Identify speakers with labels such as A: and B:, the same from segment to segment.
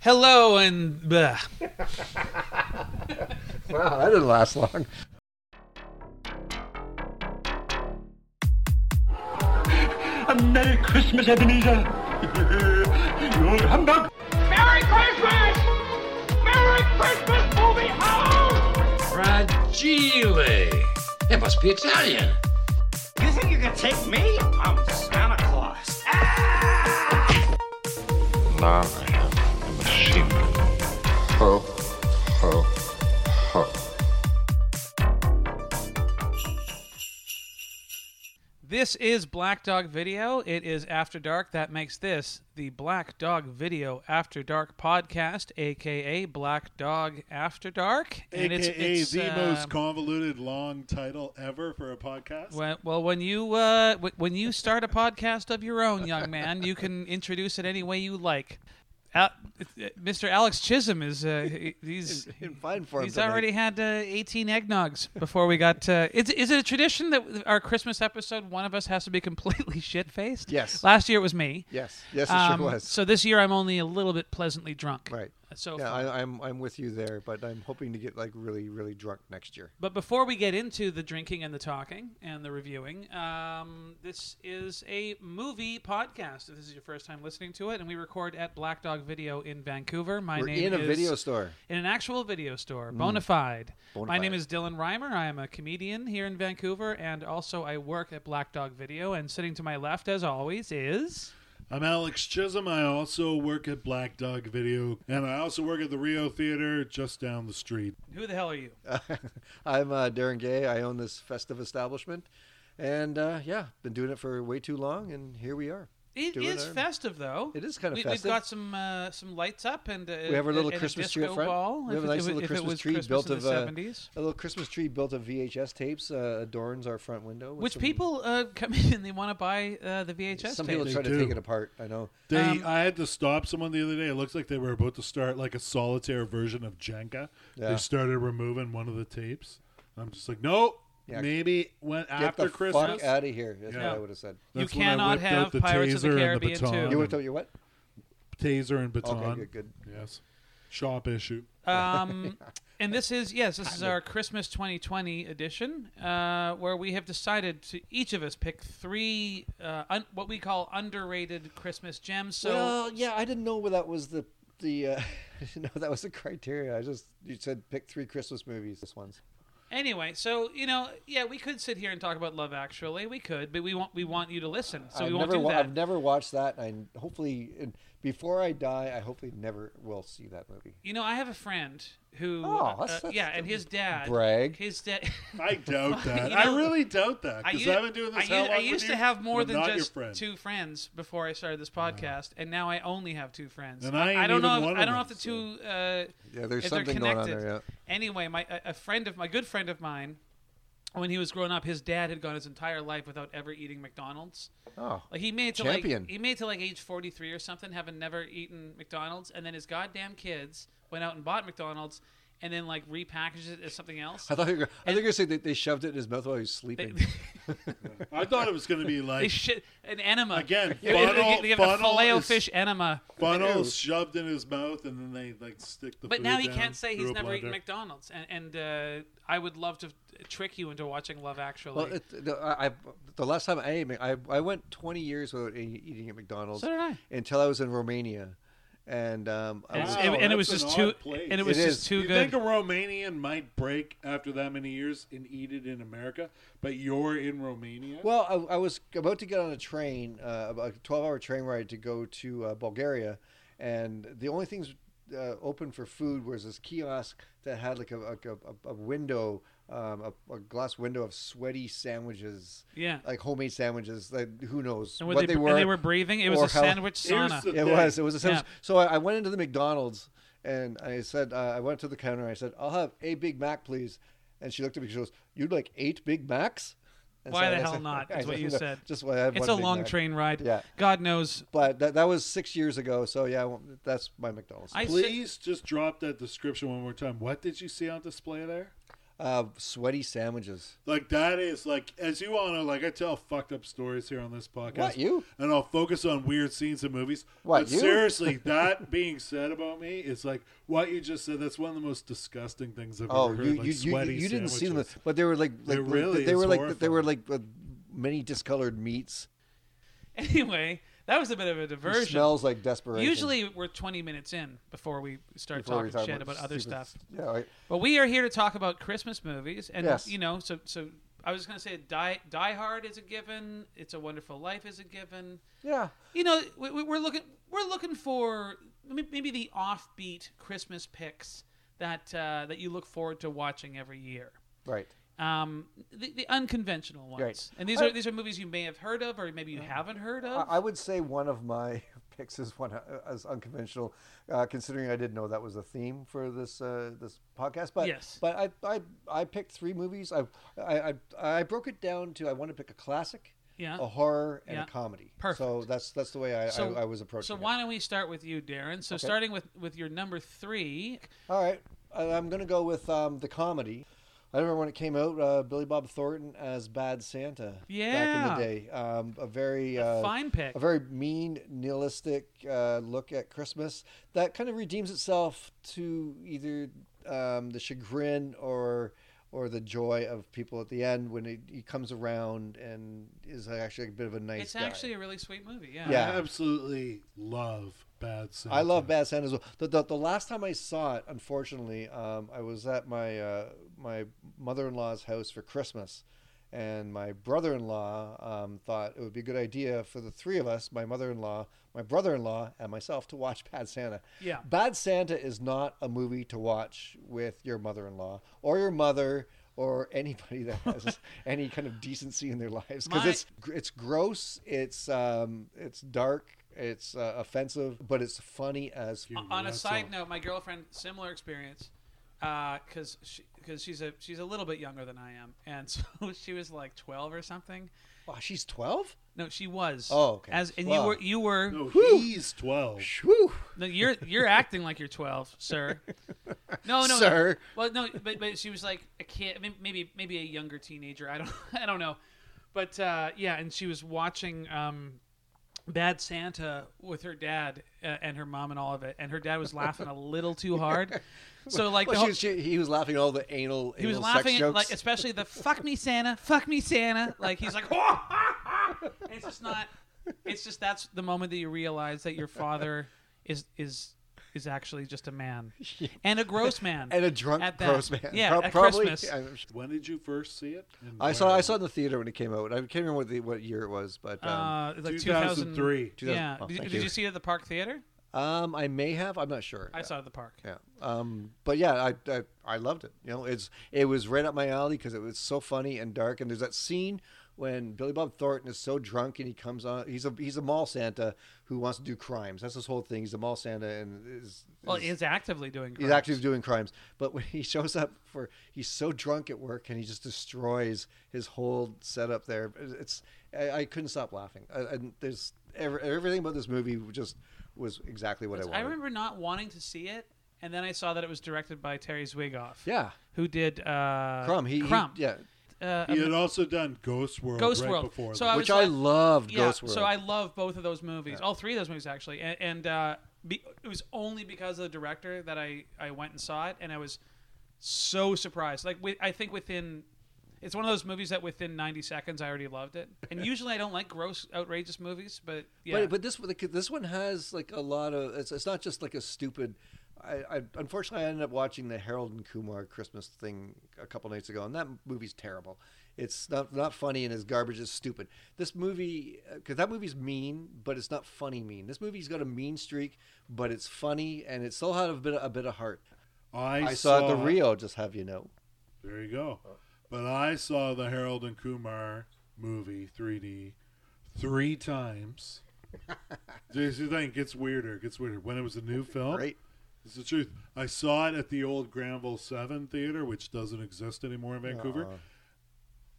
A: hello and blah.
B: Wow, that didn't last long.
C: A Merry Christmas, Ebenezer. you old humbug.
D: Merry Christmas! Merry Christmas, movie house!
E: Fragile. It must be Italian.
D: You think you can take me? I'm Santa Claus.
F: Now I am a machine. Ho, ho, ho.
A: This is Black Dog Video. It is After Dark. That makes this the Black Dog Video After Dark podcast, aka Black Dog After Dark.
G: AKA the
A: uh,
G: most convoluted long title ever for a podcast.
A: Well, well, when you uh, w- when you start a podcast of your own, young man, you can introduce it any way you like. Al- Mr. Alex Chisholm is uh, he- he's
B: In fine form.
A: he's
B: tonight.
A: already had uh, 18 eggnogs before we got. Uh, is, is it a tradition that our Christmas episode one of us has to be completely shit faced?
B: Yes.
A: Last year it was me.
B: Yes, yes, it
A: Um,
B: sure was.
A: So this year I'm only a little bit pleasantly drunk.
B: right.
A: So
B: yeah,
A: far.
B: I, I'm I'm with you there, but I'm hoping to get like really really drunk next year.
A: But before we get into the drinking and the talking and the reviewing, um, this is a movie podcast. If this is your first time listening to it, and we record at Black Dog Video in Vancouver. My
B: We're
A: name
B: in a
A: is
B: video store.
A: in an actual video store, bona fide.
B: Bona
A: My
B: fide.
A: name is Dylan Reimer. I am a comedian here in Vancouver, and also I work at Black Dog Video. And sitting to my left, as always, is
G: I'm Alex Chisholm. I also work at Black Dog Video, and I also work at the Rio Theater just down the street.
A: who the hell are you?
B: I'm uh, Darren Gay. I own this festive establishment, and uh, yeah, been doing it for way too long, and here we are.
A: It
B: doing
A: is
B: our-
A: festive, though.
B: It is kinda
A: we,
B: festive.
A: We've got some uh, some lights up, and uh,
B: We have our little
A: and a
B: Christmas tree
A: disco
B: up front.
A: Ball,
B: we
A: if
B: have a
A: it-
B: nice
A: if it-
B: little
A: if it
B: Christmas
A: was
B: tree
A: Christmas
B: built
A: in
B: of
A: the
B: uh,
A: seventies.
B: a little Christmas tree built of VHS tapes uh, adorns our front window. with
A: Which
B: some-
A: people uh, come in and they want to buy uh, the VHS
B: Some
A: tape.
B: people try to
G: do.
B: take it apart. I know.
G: They,
A: Um,
G: I had to stop someone the other day. It looks like they were about to start like a solitaire version of Jenga.
B: Yeah.
G: They started removing one of the tapes. I'm just like, nope.
B: Yeah.
G: Maybe when
B: Get
G: after
B: the
G: Christmas.
B: fuck out of here. That's what
G: Yeah.
B: I would have said.
A: You
G: That's when I
A: cannot
G: whipped
A: have
G: out the
A: Pirates of the
G: taser and
A: Caribbean
G: baton
A: 2.
G: and
B: You would have your what?
G: taser and
B: Okay,
G: baton.
B: good, good.
G: Yes. Shop issue.
A: Um, and this is yes, this is our Christmas 2020 edition, uh, where we have decided to each of us pick three uh, un- what we call underrated Christmas gems. So
B: well, yeah, I didn't know where that was the the uh, I didn't know that was the criteria. I just you said pick three Christmas movies. This one's
A: anyway, so you know, yeah, we could sit here and talk about Love Actually, we could, but we want we want you to listen, so
B: I've
A: we won't
B: never
A: do
B: wa-
A: that.
B: I've never watched that. and I hopefully and before I die, I hopefully never will see that movie.
A: You know, I have a friend who,
B: Oh,
A: uh,
B: that's- that's
A: yeah, and his dad,
B: brag.
A: his dad.
G: I doubt that.
A: You know,
G: I really doubt that
A: I
G: because
A: u-
G: I've been doing this.
A: I
G: how
A: u-
G: long
A: I
G: with
A: used
G: you?
A: to have more
G: I'm
A: than
G: not your
A: just
G: friend.
A: two friends before I started this podcast, and now I only have two friends.
G: And I ain't
A: don't
G: even
A: know. If,
G: one
A: I
G: of
A: don't know if
G: them,
A: the
G: so-
A: two. Uh,
B: Yeah, there's
A: if
B: something
A: they're
B: going on
A: connected.
B: there,
A: Anyway, my a- a friend of my a good friend of mine, when he was growing up, his dad had gone his entire life without ever eating McDonald's.
B: Oh,
A: Like he made to
B: Champion.
A: like he made to like age 43 or something, having never eaten McDonald's, and then his goddamn kids went out and bought McDonald's, and then like repackaged it as something else.
B: I thought you were, I think you were saying that they shoved it in his mouth while he was sleeping.
G: I thought it was going to be
A: They
G: like
A: shit an enema
G: Again,
A: They- they-
G: funnel-
A: they give a
G: funnel
A: filet
G: is-
A: fish enema.
G: funnel shoved in his mouth, and then they like stick the.
A: But
G: food
A: now he
G: down
A: can't say
G: through
A: he's
G: a
A: never eaten
G: blender.
A: McDonald's, and, and uh, I would love to trick you into watching Love Actually.
B: well, it, the, I, I- the last time I ate, Mc- I I went 20 years without e- eating at McDonald's
A: So did I.
B: until I was in Romania, and um, I
A: and,
B: was,
A: it's-
G: Wow,
A: and- and it was
G: "Oh, that's
A: just
G: an
A: too,
G: odd place.
A: and it was
B: It
A: just
B: is.
A: too
G: you
A: good.
G: think a Romanian might break after that many years and eat it in America, but you're in Romania.
B: Well, I, I was about to get on a train, uh, about a 12 hour train ride to go to uh, Bulgaria, and the only things uh, open for food was this kiosk that had like a, like a, a, a window, um, a, a glass window of sweaty sandwiches.
A: Yeah.
B: Like homemade sandwiches. Like, who knows
A: and
B: what
A: they, and they were breathing. It was
B: or
A: a
B: how-
A: sandwich
G: Here's
A: sauna.
G: the
B: it
G: thing.
B: was. It was a sandwich.
A: Yeah.
B: So I, I went into the McDonald's and I said, uh, I went to the counter and I said, I'll have a Big Mac, please. And she looked at me. She goes, "You'd like eight Big Macs?" And
A: Why
B: I
A: the
B: said-
A: hell not?
B: I
A: Is what you
B: "No,
A: said.
B: Just why I have
A: it's
B: one
A: a
B: Big
A: long
B: Mac."
A: train ride.
B: Yeah.
A: God knows.
B: But that, that was six years ago. So yeah, I won't- that's my McDonald's.
A: I sit-
G: Please just drop that description one more time. What did you see on display there?
B: Uh, sweaty sandwiches.
G: Like that is like as you all know, like I tell fucked up stories here on this podcast.
B: What, you?
G: And I'll focus on weird scenes in movies.
B: What,
G: but
B: you?
G: seriously, that being said about me is like what you just said, that's one of the most disgusting things I've
B: Oh,
G: ever heard.
B: you
G: like
B: you, you,
G: sweaty
B: you didn't see them,
G: sandwiches.
B: but they were like like
G: It really
B: they were
G: is
B: like they were like uh, many discolored meats.
A: Anyway, that was a bit of a
B: It
A: diversion.
B: smells like desperation.
A: Usually we're 20 minutes in before we start
B: before we
A: talking
B: talk
A: shit about, other
B: stupid-
A: stuff.
B: Yeah, right.
A: But we are here to talk about Christmas movies, and
B: Yes.
A: you know, so so I was going to say Die Die Hard is a given. It's a Wonderful Life is a given.
B: yeah.
A: You know, we, we- we're looking we're looking for may- maybe the offbeat Christmas picks that uh, that you look forward to watching every year.
B: Right.
A: Um, the, the unconventional ones,
B: Right. Uh,
A: and these
B: I-
A: are these are movies you may have heard of, or maybe you haven't heard of.
B: I, I would say one of my picks is one uh, as unconventional, uh, considering I didn't know that was a theme for this uh, this podcast. But
A: Yes.
B: but I, I I picked three movies. I I I, I broke it down to I want to pick a classic,
A: Yeah.
B: a horror, and
A: Yeah.
B: a comedy. So
A: Perfect.
B: that's that's the way I,
A: So-
B: I, I was approaching.
A: so
B: it.
A: why don't we start with you, Darren? So starting with with your number three,
B: All right, I- I'm gonna go with um, the comedy. I remember when it came out, uh, Billy Bob Thornton as Bad Santa.
A: Yeah.
B: back in the day, um, a very uh,
A: fine pick.
B: a very mean, nihilistic uh, look at Christmas that kind of redeems itself to either um, the chagrin or or the joy of people at the end when it, he comes around and is actually a bit of a nice
A: it's
B: guy.
A: actually a really sweet movie. Yeah.
B: Yeah.
G: I absolutely love bad Santa.
B: I love Bad Santa as well. The, the, the last time I saw it, unfortunately, um, I was at my uh, my mother in law's house for Christmas, and my brother in law um, thought it would be a good idea for the three of us, my mother in law, my brother in law, and myself, to watch Bad Santa.
A: Yeah.
B: Bad Santa is not a movie to watch with your mother in law or your mother. Or anybody that has any kind of decency in their lives, because
A: My-
B: it's gr- it's gross, it's um, it's dark, it's uh, offensive, but it's funny as
A: O- On a side note, my girlfriend similar experience, uh, because because she's a she's a little bit younger than I am, and so she was like twelve or something.
B: oh, she's twelve.
A: No, she was.
B: Oh, okay.
A: As and
B: Wow.
A: you were you were
G: No, he's twelve.
B: Whew.
A: no, you're you're acting like you're twelve, sir. No, no,
B: Sir.
A: Well, no, but but she was like a kid, I mean, maybe maybe a younger teenager. I don't I don't know, but uh, yeah, and she was watching um, Bad Santa with her dad uh, and her mom and all of it, and her dad was laughing a little too hard. So like the
B: Well,
A: whole,
B: she, she, he was laughing at all the anal.
A: he was
B: anal
A: laughing
B: sex
A: at
B: jokes.
A: like especially the "fuck me Santa, fuck me Santa." Like he's like, And it's just not. It's just that's the moment that you realize that your father is is is actually just a man and a gross man
B: and a drunk
A: at that.
B: gross man.
A: Yeah,
B: Pro-
A: at
B: probably.
A: Christmas.
B: I'm-
G: When did you first see it? And
B: I saw
G: where?
B: I saw it in the theater when it came out. I can't remember what, the, what year it was, but um,
A: uh, it's like 2000
G: 2003.
B: 2000
A: Yeah.
B: oh,
A: did,
B: thank
A: did
B: you.
A: you see it at the Park Theater?
B: um, I may have. I'm not sure.
A: I saw it at the park.
B: Yeah. Um, but yeah, I, I I loved it. You know, it's it was right up my alley because it was so funny and dark. And there's that scene when Billy Bob Thornton is so drunk and he comes on. He's a he's a mall Santa who wants to do crimes. That's his whole thing. He's a mall Santa and is
A: Well,
B: is-
A: he's actively doing.
B: he's
A: crimes.
B: actually doing crimes. But when he shows up for he's so drunk at work and he just destroys his whole setup there. It's I, I couldn't stop laughing. I- And there's every, everything about this movie just was exactly what I wanted.
A: I remember not wanting to see it, and then I saw that it was directed by Terry Zwigoff.
B: Yeah.
A: Who did uh,
B: Crumb. He, he-
A: Crumb.
B: yeah.
A: Uh,
G: He had also done Ghost World
A: Ghost
G: right
A: World.
G: before
A: So
G: that.
A: I was
B: Which I
A: like-
B: loved
A: yeah,
B: Ghost World.
A: So I love both of those movies, all three of those movies actually, and, and uh, be, it was only because of the director that I I went and saw it, and I was so surprised. Like wi- I think within. It's one of those movies that within 90 seconds I already loved it. And usually I don't like gross, outrageous movies, but yeah.
B: But, but this one- this one has like a lot of it's, it's not just like a stupid. I, I unfortunately I ended up watching the Harold and Kumar Christmas thing a couple nights ago, and that movie's terrible. It's not not funny, and it's garbage. It's stupid. This movie because that movie's mean, but it's not funny mean. This movie's got a mean streak, but it's funny, and it still had a bit of, a bit of heart.
G: I,
B: I, saw, it the Rio, just have you know.
G: There you go. But I saw the Harold and Kumar movie 3D three times. Just you think it's weirder, it gets weirder. When it was a new film,
B: Right.
G: It's the truth. I saw it at the old Granville Seven Theater, which doesn't exist anymore in Vancouver.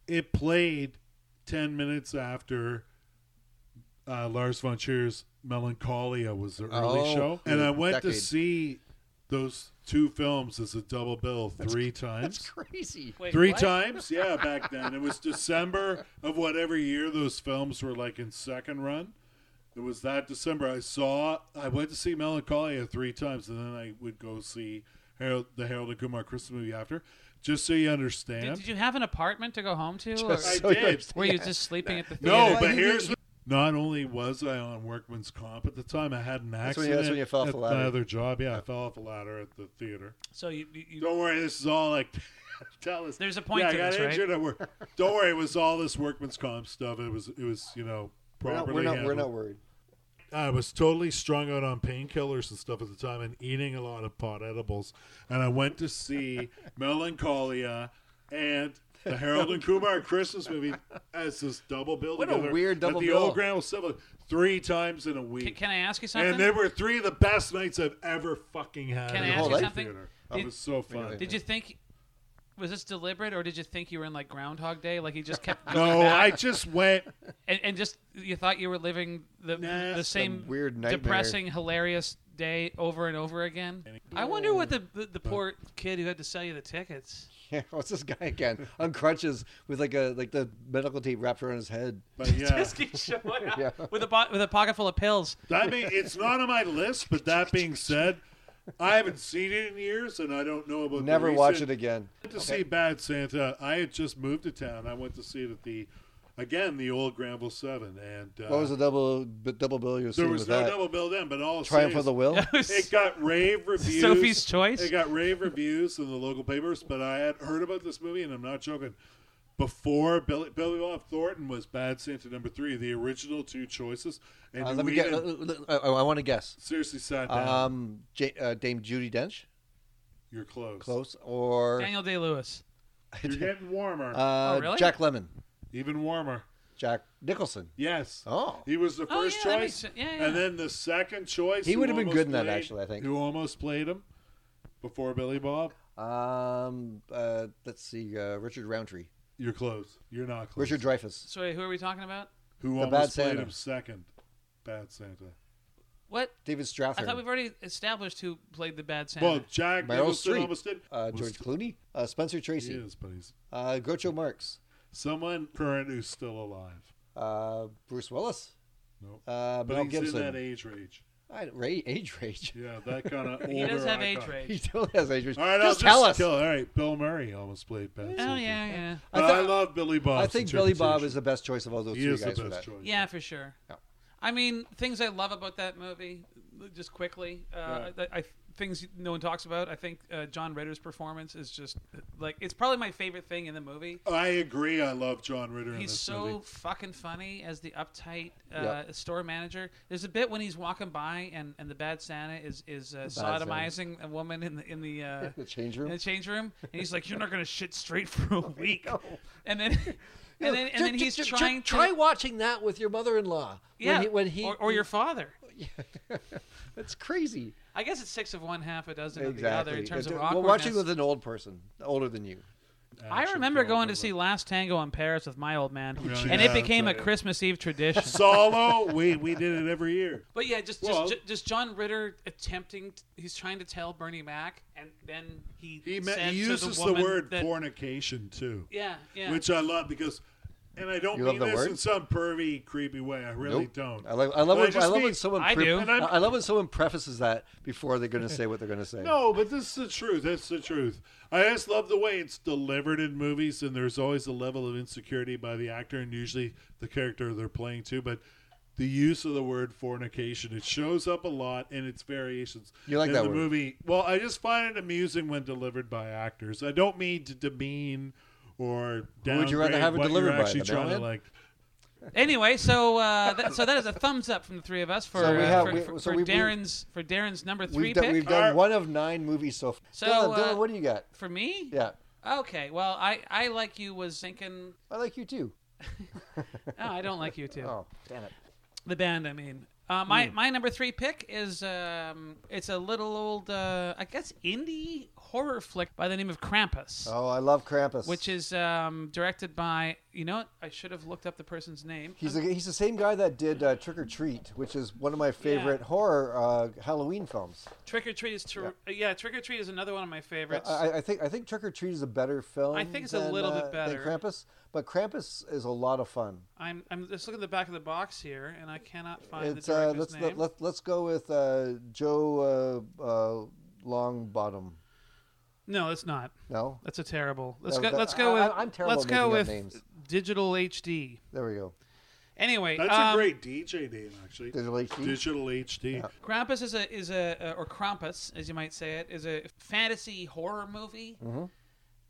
G: It played ten minutes after uh, Lars von Trier's Melancholia was the early
B: Oh,
G: show, and I went to
B: decade.
G: see those two films as a double bill three
B: That's
G: times.
B: crazy.
A: Wait,
G: Three
A: what?
G: times, yeah, back then. It was December of whatever year those films were like in second run. It was that December. I saw, I went to see Melancholia three times, and then I would go see Harold, the Harold and Kumar Christmas movie after. Just so you understand.
A: Did, did you have an apartment to go home to? Or
B: Just
G: I did.
B: understand.
A: were you just sleeping at the theater?
G: no,
B: Yeah,
G: but
B: you-
G: here's. Not only was I on workman's comp at the time, I had an
B: when you-
G: accident.
B: that's when you fell off
G: at
B: the ladder.
G: My other job, yeah, I fell off a ladder at the theater.
A: So you, you, you
G: Don't worry, this is all like. Tell us.
A: There's a point
G: Yeah,
A: to
G: I got
A: this, right?
G: injured at work. Don't worry, it was all this workman's comp stuff. It was, it was, you know,
B: We're not,
G: properly.
B: we're, not, we're not
G: handled.
B: worried.
G: I was totally strung out on painkillers and stuff at the time, and eating a lot of pot edibles. And I went to see Melancholia and the Harold and Kumar Christmas movie as this double bill
B: What a
G: together
B: weird double
G: at the
B: bill.
G: old Grand Ole Cinema three times in a week.
A: can, can I ask you something?
G: and they were three of the best nights I've ever fucking had.
A: Can I
G: in a
A: ask you
G: movie
A: something?
G: Theater. That
A: Did-
G: was so fun.
A: Did you think was this deliberate, or did you think you were in like Groundhog Day? Like you just kept going
G: No, I
A: back,
G: just went.
A: and, and just you thought you were living the
G: Nah,
A: the same
B: some weird nightmare.
A: depressing, hilarious day over and over again. I wonder what the, the the poor kid who had to sell you the tickets.
B: Yeah, what's this guy again on crutches with like a like the medical tape wrapped around his head?
G: But yeah,
A: Just keep showing up
B: Yeah.
A: with a bo- with a pocket full of pills.
G: that being, it's not on my list. But that being said, I haven't seen it in years, and I don't know about. the
B: Never watch
G: recent-
B: it again.
G: I went to see Bad Santa. I had just moved to town. I went to see it at the, again, the old Granville Seven, and uh,
B: What was the double b- double bill you were
G: there
B: seeing
G: was
B: with
G: no
B: that?
G: double bill then, but all
B: Triumph of the
G: serious-
B: Will. Uh,
G: It got rave reviews.
A: Sophie's Choice?
G: It got rave reviews in the local papers, but I had heard about this movie, and I'm not joking. Before Billy, Billy Bob Thornton was Bad Santa number three, the original two choices, and
B: Uh, let me
G: we
B: get.
G: didn't-
B: I, want to guess.
G: seriously sat down.
B: Um, J, uh, Dame Judy Dench,
G: You're close.
B: close, or
A: Daniel Day Lewis.
G: You're getting warmer.
B: uh,
A: Oh, really?
B: Jack Lemon,
G: Even warmer.
B: Jack Nicholson.
G: Yes.
B: Oh.
G: He was the
A: Oh,
G: first
A: yeah, that makes
G: choice,
A: sen- yeah, yeah.
G: and then the second choice.
B: He
G: who
B: would have been
G: almost
B: good in that,
G: played-
B: actually, I think.
G: Who almost played him before Billy Bob?
B: Um, uh, let's see, uh, Richard Roundtree,
G: You're close. You're not close.
B: Richard Dreyfuss.
A: Sorry, who are we talking about?
B: The
G: who almost
B: Bad
G: played
B: Santa.
G: him second? Bad Santa.
A: What?
B: David
A: I
B: Strathairn,
A: thought we've already established who played the bad Santa.
G: Well, Jack
B: Meryl
G: Nicholson
B: Streep.
G: almost did.
B: uh,
G: Was-
B: George Clooney, uh, Spencer
G: He
B: Tracy,
G: is, but he's
B: uh, Groucho Marx,
G: someone current who's still alive.
B: uh, Bruce Willis,
G: Nope.
B: uh,
G: but
B: Mel
G: he's
B: Gibson.
G: in that age rage.
B: I, ra- age rage.
G: Yeah, that kind of.
A: he does have age
B: He
A: rage.
B: still has age rage.
G: All right,
B: just
G: I'll
B: tell us.
G: kill- All right, Bill Murray almost played Bad Santa.
A: Oh yeah, yeah,
G: But I,
B: I thi-
G: love Billy Bob.
B: I think Billy Bob is the best choice of all those
G: He
B: three
G: is the
B: guys for
G: best
B: that.
G: choice.
A: yeah, for sure.
B: Yeah.
A: I mean, things I love about that movie, just quickly, uh, I, I- things no one talks about. I think uh, John Ritter's performance is just like it's probably my favorite thing in the movie.
G: I agree. I love John Ritter. in
A: He's
G: this
A: so
G: movie.
A: fucking funny as the uptight uh,
B: Yeah.
A: store manager. There's a bit when he's walking by and, and the bad Santa is is uh,
B: Santa.
A: sodomizing a woman in the in the, uh,
B: The change
A: in
B: room.
A: the change room, and he's like, "You're not gonna shit straight for a week," and then and then and then he's trying to
B: try watching that with your mother-in-law.
A: yeah
B: when he, when he
A: or, or your father.
B: that's crazy.
A: I guess it's six of one, half a dozen of the
B: Exactly.
A: other in terms of
B: Well,
A: awkwardness.
B: watching with an old person, older than you.
A: I remember going to see Last Tango in Paris with my old man,
G: Really?
A: and
G: Yeah,
A: it became a
G: that's right.
A: Christmas Eve tradition.
G: Solo. we we did it every year.
A: But yeah, just
G: Well-
A: just, ju- just John Ritter attempting. t- he's trying to tell Bernie Mac, and then he
G: He,
A: says
G: met, he
A: to
G: uses
A: the,
G: the,
A: woman
G: word
A: that,
G: fornication too,
A: Yeah, yeah.
G: which I love because, and I don't
B: You love
G: mean
B: the
G: this
B: word?
G: in some pervy, creepy way. I really
B: Nope.
G: don't.
B: I love. I love.
G: But
B: When, I,
G: just
B: love
G: mean-
B: when someone.
A: I do.
B: I,
A: And
G: I'm-
B: I love when someone prefaces that before they're going to say what they're going to say.
G: No, but this is the truth. That's the truth. I just love the way it's delivered in movies, and there's always a level of insecurity by the actor and usually the character they're playing too. But the use of the word fornication it shows up a lot in its variations.
B: You like
G: in
B: that
G: the
B: word.
G: movie? Well, I just find it amusing when delivered by actors. I don't mean to demean or
B: Who would
G: downgrade
B: you rather have it
G: what
B: delivered
G: you're
B: by,
G: actually
B: the
G: trying to
B: mailman?
G: like.
A: anyway, so uh, that, so that is a thumbs up from the three of us for
B: So we
A: uh,
B: have-
A: for,
B: we-
A: for,
B: so
A: for
B: we- we-
A: Darren's for Darren's number
B: We've
A: three
B: done,
A: pick
B: we've
G: All right.
B: done one of nine movies so far.
A: So,
B: Dylan,
A: uh,
B: Dylan, what do you got?
A: for me.
B: Yeah,
A: Okay. Well, I I like you was thinking.
B: I like you too.
A: Oh, I don't like you too.
B: Oh, damn it!
A: The band, I mean. Uh, my
B: Hmm.
A: my number three pick is um, it's a little old uh, I guess indie horror flick by the name of Krampus.
B: Oh, I Oh, love Krampus.
A: which is um, directed by you know what? I should have looked up the person's name.
B: He's, a, he's the same guy that did uh, Trick or Treat, which is one of my favorite horror uh, Halloween films.
A: Trick or Treat is ter- uh, yeah. Trick or Treat is another one of my favorites.
B: I, I- I think I think Trick or Treat is a better film.
A: I think it's a
B: than,
A: little bit
B: uh,
A: better.
B: than Krampus, but Krampus is a lot of fun.
A: I'm I'm just looking at the back of the box here, and I cannot find
B: It's
A: the
B: uh,
A: director's
B: let's
A: name.
B: let, let, let's go with uh, Joe uh, uh, Longbottom.
A: no, it's not.
B: No,
A: That's a terrible. Let's
B: No,
A: go.
B: that-
A: let's go
B: I-
A: with.
B: I- I'm terrible
A: let's
B: at
A: go
B: making up
A: with
B: names.
A: digital HD.
B: there we go.
A: Anyway,
G: That's
A: um,
G: a great DJ name, actually.
B: Digital HD?
G: Digital HD.
A: Krampus is a is a or Krampus, as you might say it, is a fantasy horror movie.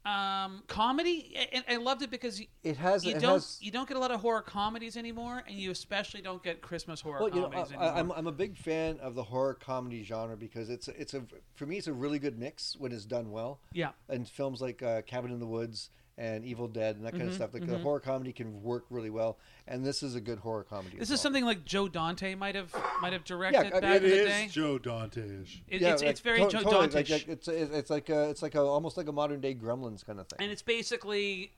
A: Um, comedy. I- And I loved it because you,
B: Mm-hmm. It has
A: you
B: it
A: don't
B: has
A: you don't get a lot of horror comedies anymore, and you especially don't get Christmas horror
B: Well, you know,
A: comedies
B: I, I- I'm,
A: anymore.
B: I'm a big fan of the horror comedy genre because it's it's a for me it's a really good mix when it's done well.
A: Yeah.
B: And films like uh, Cabin in the Woods and Evil Dead and that
A: Mm-hmm,
B: kind of stuff, like the horror comedy can work really well. And this is a good horror comedy.
A: This
B: as
A: is
B: well.
A: something like Joe Dante might have might have directed
B: I-
A: back
G: It
A: in the
G: is
A: day.
G: Joe Dante-ish.
A: It-
B: Yeah,
A: it's,
B: like,
A: it's very
B: to-
A: Joe
B: totally,
A: Dante,
B: Like, like, it's it's it's like a, it's like a, almost like a modern day Gremlins kind of thing.
A: and it's basically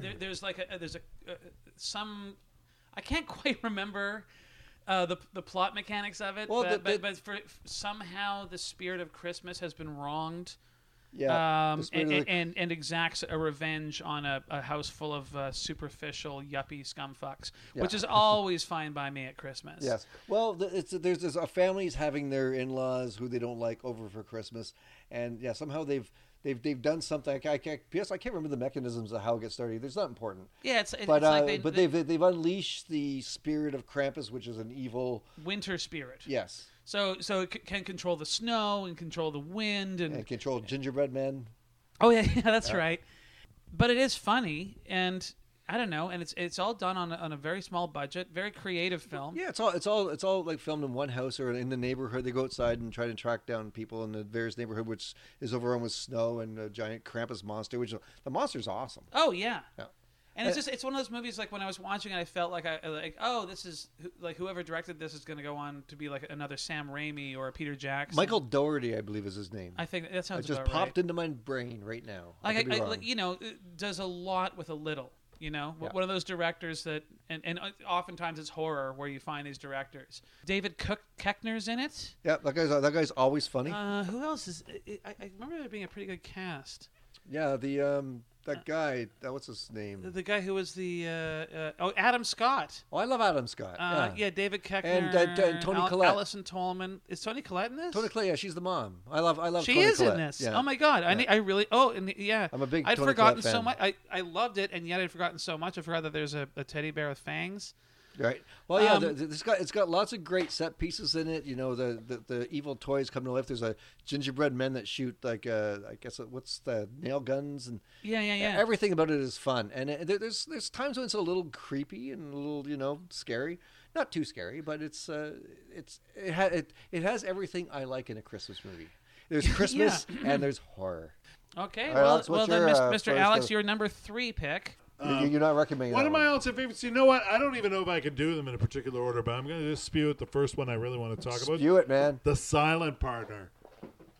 A: there, there's like a there's a uh, some I can't quite remember uh, the the plot mechanics of it,
B: Well,
A: but,
B: the- the-
A: but but for, somehow the spirit of Christmas has been wronged.
B: yeah.
A: Um,
B: the spirit
A: and,
B: of
A: and,
B: the-
A: and, exacts a revenge on a, a house full of uh, superficial yuppie scumfucks, which is always fine by me at Christmas.
B: Yes. Well, th- it's there's this a family's having their in-laws who they don't like over for Christmas, and yeah, somehow they've they've they've done something. I, can't- I, can't- yes, I can't remember the mechanisms of how it gets started. It's not important.
A: Yeah, it's, it,
B: But
A: it's like
B: uh,
A: they,
B: but
A: they-
B: they've they've unleashed the spirit of Krampus, which is an evil.
A: winter spirit.
B: Yes.
A: So so it c- can control the snow and control the wind and
B: And control uh, gingerbread men.
A: Oh yeah, yeah, that's right. But it is funny, and I don't know, and it's it's all done on a, on a very small budget, very creative film.
B: Yeah, it's all it's all it's all like filmed in one house or in the neighborhood. They go outside and try to track down people in the various neighborhood, which is overrun with snow and a giant Krampus monster. Which the monster's awesome.
A: Oh yeah.
B: Yeah. Uh,
A: And it's just it's one of those movies like when I was watching it, I felt like I like oh this is who- like whoever directed this is going to go on to be like another Sam Raimi or a Peter Jackson.
B: Michael Dougherty, I believe, is his name.
A: I think that sounds
B: It just
A: about
B: popped
A: right.
B: into my brain right now. I,
A: Like
B: could
A: I,
B: be
A: I,
B: wrong.
A: like, you know it does a lot with a little. You know,
B: Yeah.
A: one of those directors that, and, and uh, oftentimes it's horror where you find these directors. David Cook Keckner's in it.
B: yeah, that guy's that guy's always funny.
A: Uh, who else is? I, I- I remember there being a pretty good cast.
B: yeah, the um that guy, that what's his
A: uh, The,
B: name?
A: the guy who was the uh, uh, oh Adam Scott.
B: Oh, I love Adam Scott.
A: Uh,
B: yeah.
A: yeah. David Koechner
B: And, uh, T- and Toni
A: Al-
B: Collette.
A: Allison Tolman. Is Tony Collette in this?
B: Tony Clay, yeah, she's the mom. I love I love
A: she
B: Toni
A: is in
B: Collette.
A: this.
B: Yeah.
A: Oh my god! I, ne- I really. Oh, and yeah.
B: I'm a big
A: I'd
B: Toni
A: forgotten
B: Collette
A: so
B: fan.
A: much. I, I loved it, and yet I'd forgotten so much. I forgot that there's a, a teddy bear with fangs.
B: Right. Well, yeah,
A: Um,
B: the, the- it's got it's got lots of great set pieces in it. You know, the, the, the evil toys come to life. There's a gingerbread men that shoot like uh, I guess it- what's the nail guns and
A: Yeah, E, yeah, yeah.
B: E, everything about it is fun. And it, there, there's there's times when it's a little creepy and a little you know scary, not too scary, but it's uh, it's it, ha- it it has everything I like in a Christmas movie. There's Christmas and there's horror.
A: okay.
B: All right,
A: well,
B: Alex,
A: well
B: what's
A: then,
B: your,
A: Mis-
B: uh,
A: Mr.
B: first
A: Alex,
B: of-
A: your number three pick.
B: You- You're not recommending
G: One
B: that
G: of my all-time favorites. You know what? I don't even know if I can do them in a particular order, but I'm going to just spew out the first one I really want to talk about.
B: Spew it, man.
G: The Silent Partner.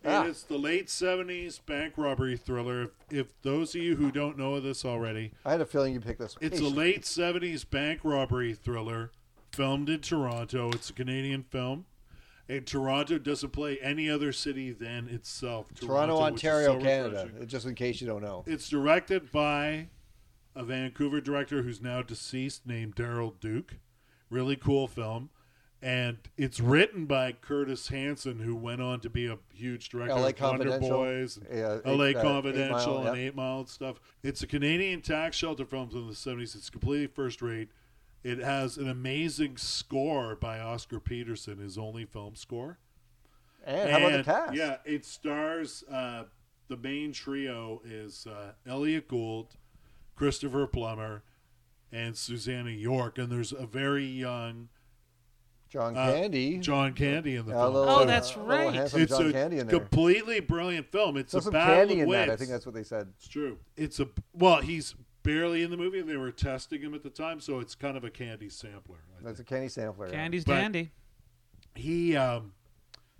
B: Ah.
G: It is the late 70s bank robbery thriller. If, if those of you who don't know this already,
B: I had a feeling you'd pick this. one.
G: it's a late 70s bank robbery thriller filmed in Toronto. It's a Canadian film. And Toronto doesn't play any other city than itself.
B: Toronto,
G: which is so
B: Ontario, Canada. uh,
G: refreshing.
B: Just in case you don't know.
G: It's directed by a Vancouver director who's now deceased named Daryl Duke. Really cool film. And it's written by Curtis Hanson, who went on to be a huge director
B: LA
G: of Wonder
B: Confidential.
G: Boys, and
B: Yeah,
G: LA
B: Eight- uh, Eight
G: Confidential,
B: Mile,
G: and
B: yeah.
G: Eight Mile and stuff. It's a Canadian tax shelter film from the 70s. It's completely first rate. It has an amazing score by Oscar Peterson, his only film score.
B: And, how about the
G: And,
B: cast?
G: Yeah, it stars uh, the main trio is uh, Elliot Gould, Christopher Plummer, and Susanna York, and there's a very young
B: John
G: uh,
B: Candy.
G: John Candy in the
B: Yeah, a
G: film.
B: little,
A: Oh,
B: uh,
A: that's
B: a little
A: right.
B: handsome
G: it's
B: John
G: a
B: Candy in there.
G: completely brilliant film. It's
B: There's
G: a
B: some
G: battle
B: candy
G: of
B: in that. I
G: wits.
B: think that's what they said.
G: It's true. It's a well, he's barely in the movie, and they were testing him at the time, so it's kind of a candy sampler. I
B: That's a candy sampler. yeah.
A: Candy's
G: But-
A: dandy.
G: he um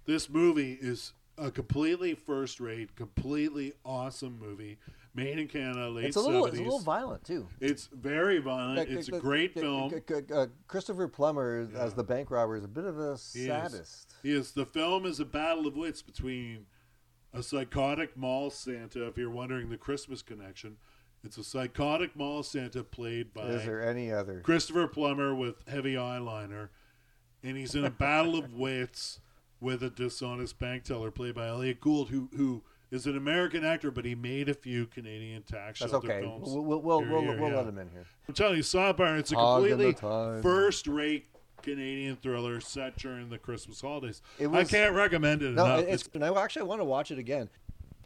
G: this movie is a completely first rate completely awesome movie made in Canada, late
B: It's a little,
G: 70s.
B: it's a little violent too.
G: It's very violent.
B: Uh,
G: it's
B: uh,
G: a
B: uh,
G: great
B: uh,
G: film.
B: uh, uh, uh, Christopher Plummer as the bank robber is a bit of a saddist.
G: Yes, the film is a battle of wits between a psychotic mall Santa. If you're wondering the Christmas connection, it's a psychotic mall Santa played by
B: Is there any other?
G: Christopher Plummer with heavy eyeliner, and he's in a battle of wits with a dishonest bank teller played by Elliot Gould, who who is an American actor, but he made a few Canadian tax
B: That's
G: shelter
B: okay.
G: films.
B: We'll we'll we'll,
G: here,
B: we'll,
G: here,
B: we'll
G: yeah.
B: let him in here.
G: I'm telling you, Sidebar, it's a
B: Hog in the
G: completely
B: Time.
G: first-rate Canadian thriller set during the Christmas holidays.
B: It
G: I
B: was-
G: can't recommend it
B: No,
G: enough.
B: it's, and I actually want to watch it again.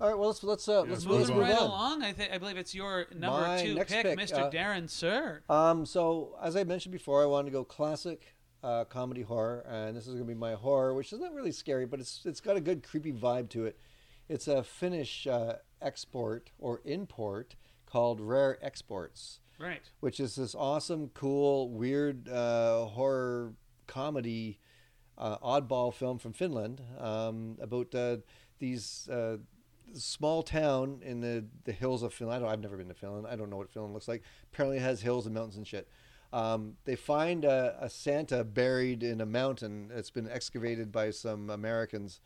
B: All right, well let's let's uh, let's, let's
A: Moving
B: move
A: right
B: on.
A: along, I think I believe it's your number
B: My
A: two
B: next
A: pick,
B: pick,
A: Mr.
B: uh,
A: Darren Sir.
B: Um, so as I mentioned before, I wanted to go classic uh, comedy horror, and this is gonna be my horror, which is not really scary, but it's it's got a good creepy vibe to it. It's a Finnish uh, export or import called Rare Exports.
A: Right.
B: which is this awesome, cool, weird uh, horror comedy uh, oddball film from Finland um, about uh, these uh, small town in the, the hills of Finland. I don't, I've never been to Finland. I don't know what Finland looks like. Apparently, it has hills and mountains and shit. Um, they find a, a Santa buried in a mountain. It's been excavated by some Americans,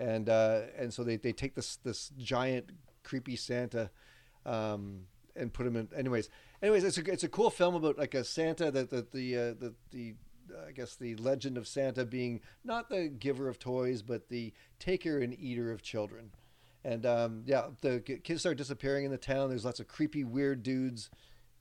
B: and uh, and so they, they take this this giant creepy Santa um, and put him in. Anyways, anyways, it's a it's a cool film about like a Santa that the the uh, the, the uh, I guess the legend of Santa being not the giver of toys, but the taker and eater of children. And um, yeah, the k- kids start disappearing in the town. There's lots of creepy, weird dudes.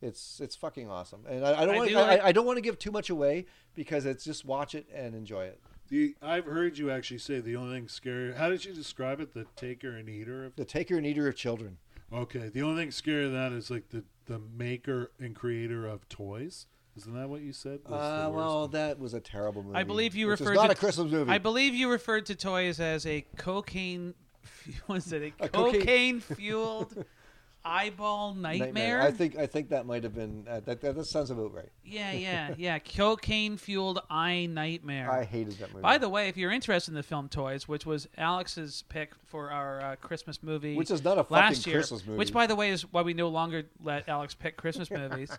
B: It's it's fucking awesome. And I, I don't
A: I
B: want
A: do
B: to I,
A: like-
B: I don't want to give too much away because it's just watch it and enjoy it.
G: the, I've heard you actually say the only thing scary. How did you describe it? The taker and eater of.
B: The taker and eater of children.
G: Okay, the only thing scarier than that is like the the maker and creator of toys. Isn't that what you said? Was
B: Uh,
G: the worst?
B: well, that was a terrible movie.
A: I believe you
B: which is
A: referred
B: not
A: to
B: a Christmas movie.
A: I believe you referred to toys as a cocaine. Was it a,
B: A cocaine-
A: cocaine fueled eyeball nightmare?
B: Nightmare. I think I think that might have been uh, that, that. That sounds about right.
A: Yeah, yeah, yeah. cocaine fueled eye nightmare.
B: I hated that movie.
A: By the way, if you're interested in the film Toys, which was Alex's pick for our uh, Christmas movie,
B: Which is not a fucking
A: last year,
B: Christmas movie.
A: which by the way is why we no longer let Alex pick Christmas movies.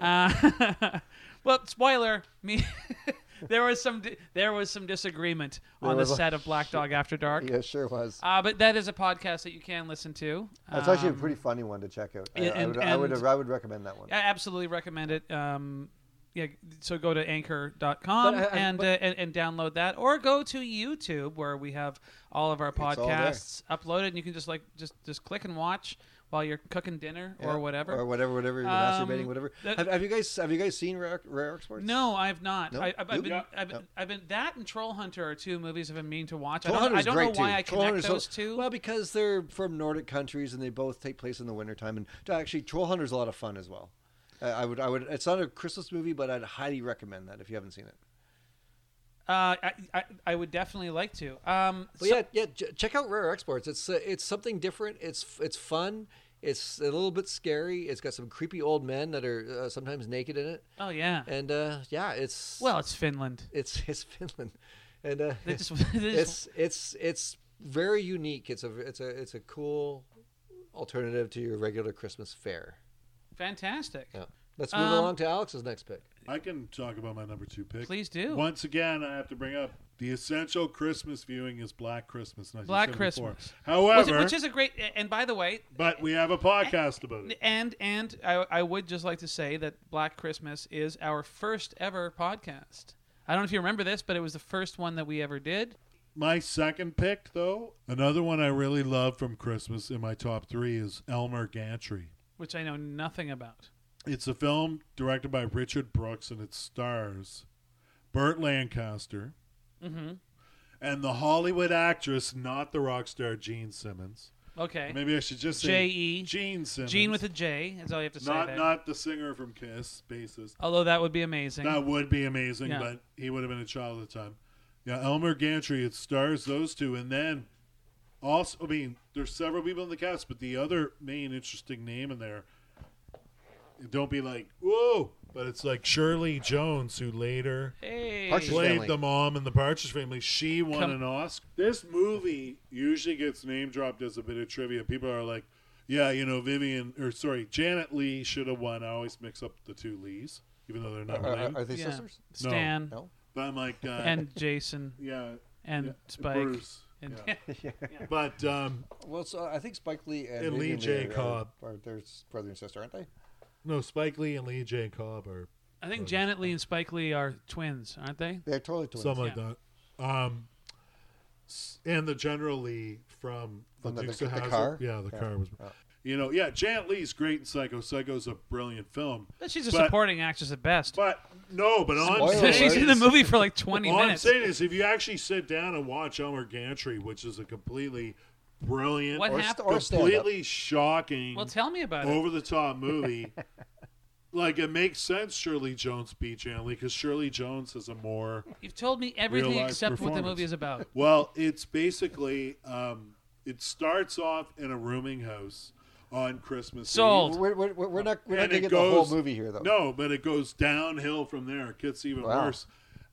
A: uh, well, spoiler, me. there was some di- there was some disagreement on the
B: was a-
A: set of Black Dog After Dark.
B: yeah, it sure was.
A: Uh, but that is a podcast that you can listen to.
B: That's
A: Um,
B: actually a pretty funny one to check out. I, I,
A: and-
B: would, I would
A: and-
B: I would recommend that one.
A: I absolutely recommend it. Um, yeah, so go to anchor.com
B: But I- I-
A: and,
B: but-
A: uh, and and download that, or go to YouTube where we have all of our
B: all there.
A: podcasts uploaded, and you can just like just just click and watch while you're cooking dinner
B: Yeah,
A: or whatever.
B: or whatever, whatever you're
A: Um,
B: masturbating, whatever.
A: that-
B: have, have you guys have you guys seen Rare, Rare Exports?
A: no, I've not.
B: No?
A: I, I've,
B: You?
A: I've been,
B: Yeah.
A: I've, been,
B: No.
A: I've been that and Troll Hunter are two movies I've been meaning to watch. I
B: Troll
A: don't, I
B: Hunter's
A: don't
B: great
A: know why
B: too.
A: I
B: Troll
A: connect
B: Hunter's
A: those
B: so-
A: two.
B: Well, because they're from Nordic countries and they both take place in the wintertime. And uh, actually, Troll Hunter's a lot of fun as well. Uh, I would I would. It's not a Christmas movie, but I'd highly recommend that if you haven't seen it.
A: uh, I, I I would definitely like to. Um,
B: But
A: so-
B: yeah, yeah. ch- Check out Rare Exports. It's uh, it's something different. It's f- it's fun. It's a little bit scary. It's got some creepy old men that are uh, sometimes naked in it.
A: Oh yeah.
B: And uh, yeah, it's
A: Well, it's Finland.
B: it's it's Finland, and uh,
A: They just, they just
B: it's it's it's very unique. It's a it's a it's a cool alternative to your regular Christmas fare.
A: fantastic.
B: Yeah. Let's move
A: Um,
B: along to Alex's next pick.
G: I can talk about my number two pick.
A: Please do.
G: Once again, I have to bring up the essential Christmas viewing is Black Christmas.
A: Black
G: 1974.
A: Christmas. Which-
G: However,
A: which is a great. And by the way,
G: but we have a podcast about it.
A: and and I, I would just like to say that Black Christmas is our first ever podcast. I don't know if you remember this, but it was the first one that we ever did.
G: My second pick, though, another one I really love from Christmas in my top three is Elmer Gantry.
A: Which I know nothing about.
G: It's a film directed by Richard Brooks, and it stars Burt Lancaster
A: Mm-hmm.
G: and the Hollywood actress, not the rock star Gene Simmons.
A: Okay,
G: Maybe I should just say
A: J.E..
G: Gene Simmons.
A: E. Gene with a J. That's all you have to say.
G: not
A: there.
G: not the singer from Kiss, bassist.
A: Although that would be amazing.
G: That would be amazing,
A: Yeah.
G: but he would have been a child at the time. Yeah, Elmer Gantry. It stars those two, and then also, I mean, there's several people in the cast, but the other main interesting name in there. Don't be like whoa, but it's like Shirley Jones, who later
A: Hey,
B: Partridge-
G: played
B: Family.
G: the mom in the Partridge Family. She won
A: Come-
G: an Oscar. This movie usually gets name dropped as a bit of trivia. People are like, yeah, you know, Vivian or sorry, Janet Lee should have won. I always mix up the two Lees, even though they're not
B: Are,
G: related.
B: are- are they
A: Yeah.
B: sisters?
A: Stan
B: No.
G: but I'm like, uh,
A: and Jason
G: yeah,
A: and
G: yeah,
A: Spike
G: Bruce,
A: and
G: yeah. But um,
B: Well, so I think Spike Lee and,
G: And Lee
B: Vivian
G: J.
B: Lee are-
G: Cobb.
B: are, are their brother and sister, aren't they?
G: no, Spike Lee and Lee J. Cobb are
A: I think Janet Lee and Spike Lee are twins, aren't they?
B: They're totally twins.
G: something like that. Um, s- and the General Lee from the
B: From the-
G: Dukes
B: the-
G: of
B: the
G: Hazzard.
B: car?
G: Yeah, the car was. You know, yeah, Janet Lee's great in Psycho. Psycho's a brilliant film.
A: But she's a
G: But-
A: supporting actress at best.
G: But no, but all I'm
B: Spoiler
G: saying
A: she's in the
G: is-
A: movie for like 20
G: all
A: minutes.
G: I'm saying is, if you actually sit down and watch Elmer Gantry, which is a completely brilliant,
A: What
B: Or,
A: happened?
B: or stand-up.
G: completely shocking,
A: well, tell me about it.
G: over the top movie, like it makes sense. Shirley Jones beat Janet Lee because Shirley Jones is a more
A: You've told me everything
G: Real-life
A: except what the
G: performance.
A: movie is about.
G: Well, it's basically um, it starts off in a rooming house on Christmas
A: Sold.
G: Eve.
B: We're, we're, we're we're not we're not
G: And
B: gonna
G: it
B: get the whole
G: goes-
B: movie here though.
G: No, but it goes downhill from there. It gets even
B: Wow.
G: worse.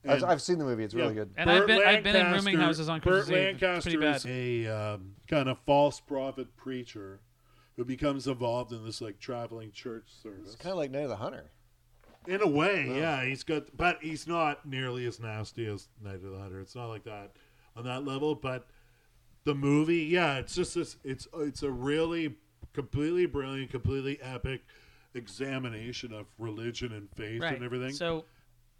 B: I've,
G: And-
B: I've seen the movie. It's really
G: yeah,
B: good.
A: And I've
G: Burt
A: been- I've been in rooming
G: Lancaster-
A: houses on Christmas
G: Burt
A: Eve. It's pretty
G: Lancaster is a um, kind of false prophet preacher who becomes involved in this like traveling church service.
B: It's kind of like Night of the Hunter.
G: In a way, yeah, he's got, but he's not nearly as nasty as Night of the Hunter. It's not like that on that level. But the movie, yeah, it's just this. It's it's a really completely brilliant, completely epic examination of religion and faith
A: Right.
G: and everything.
A: So,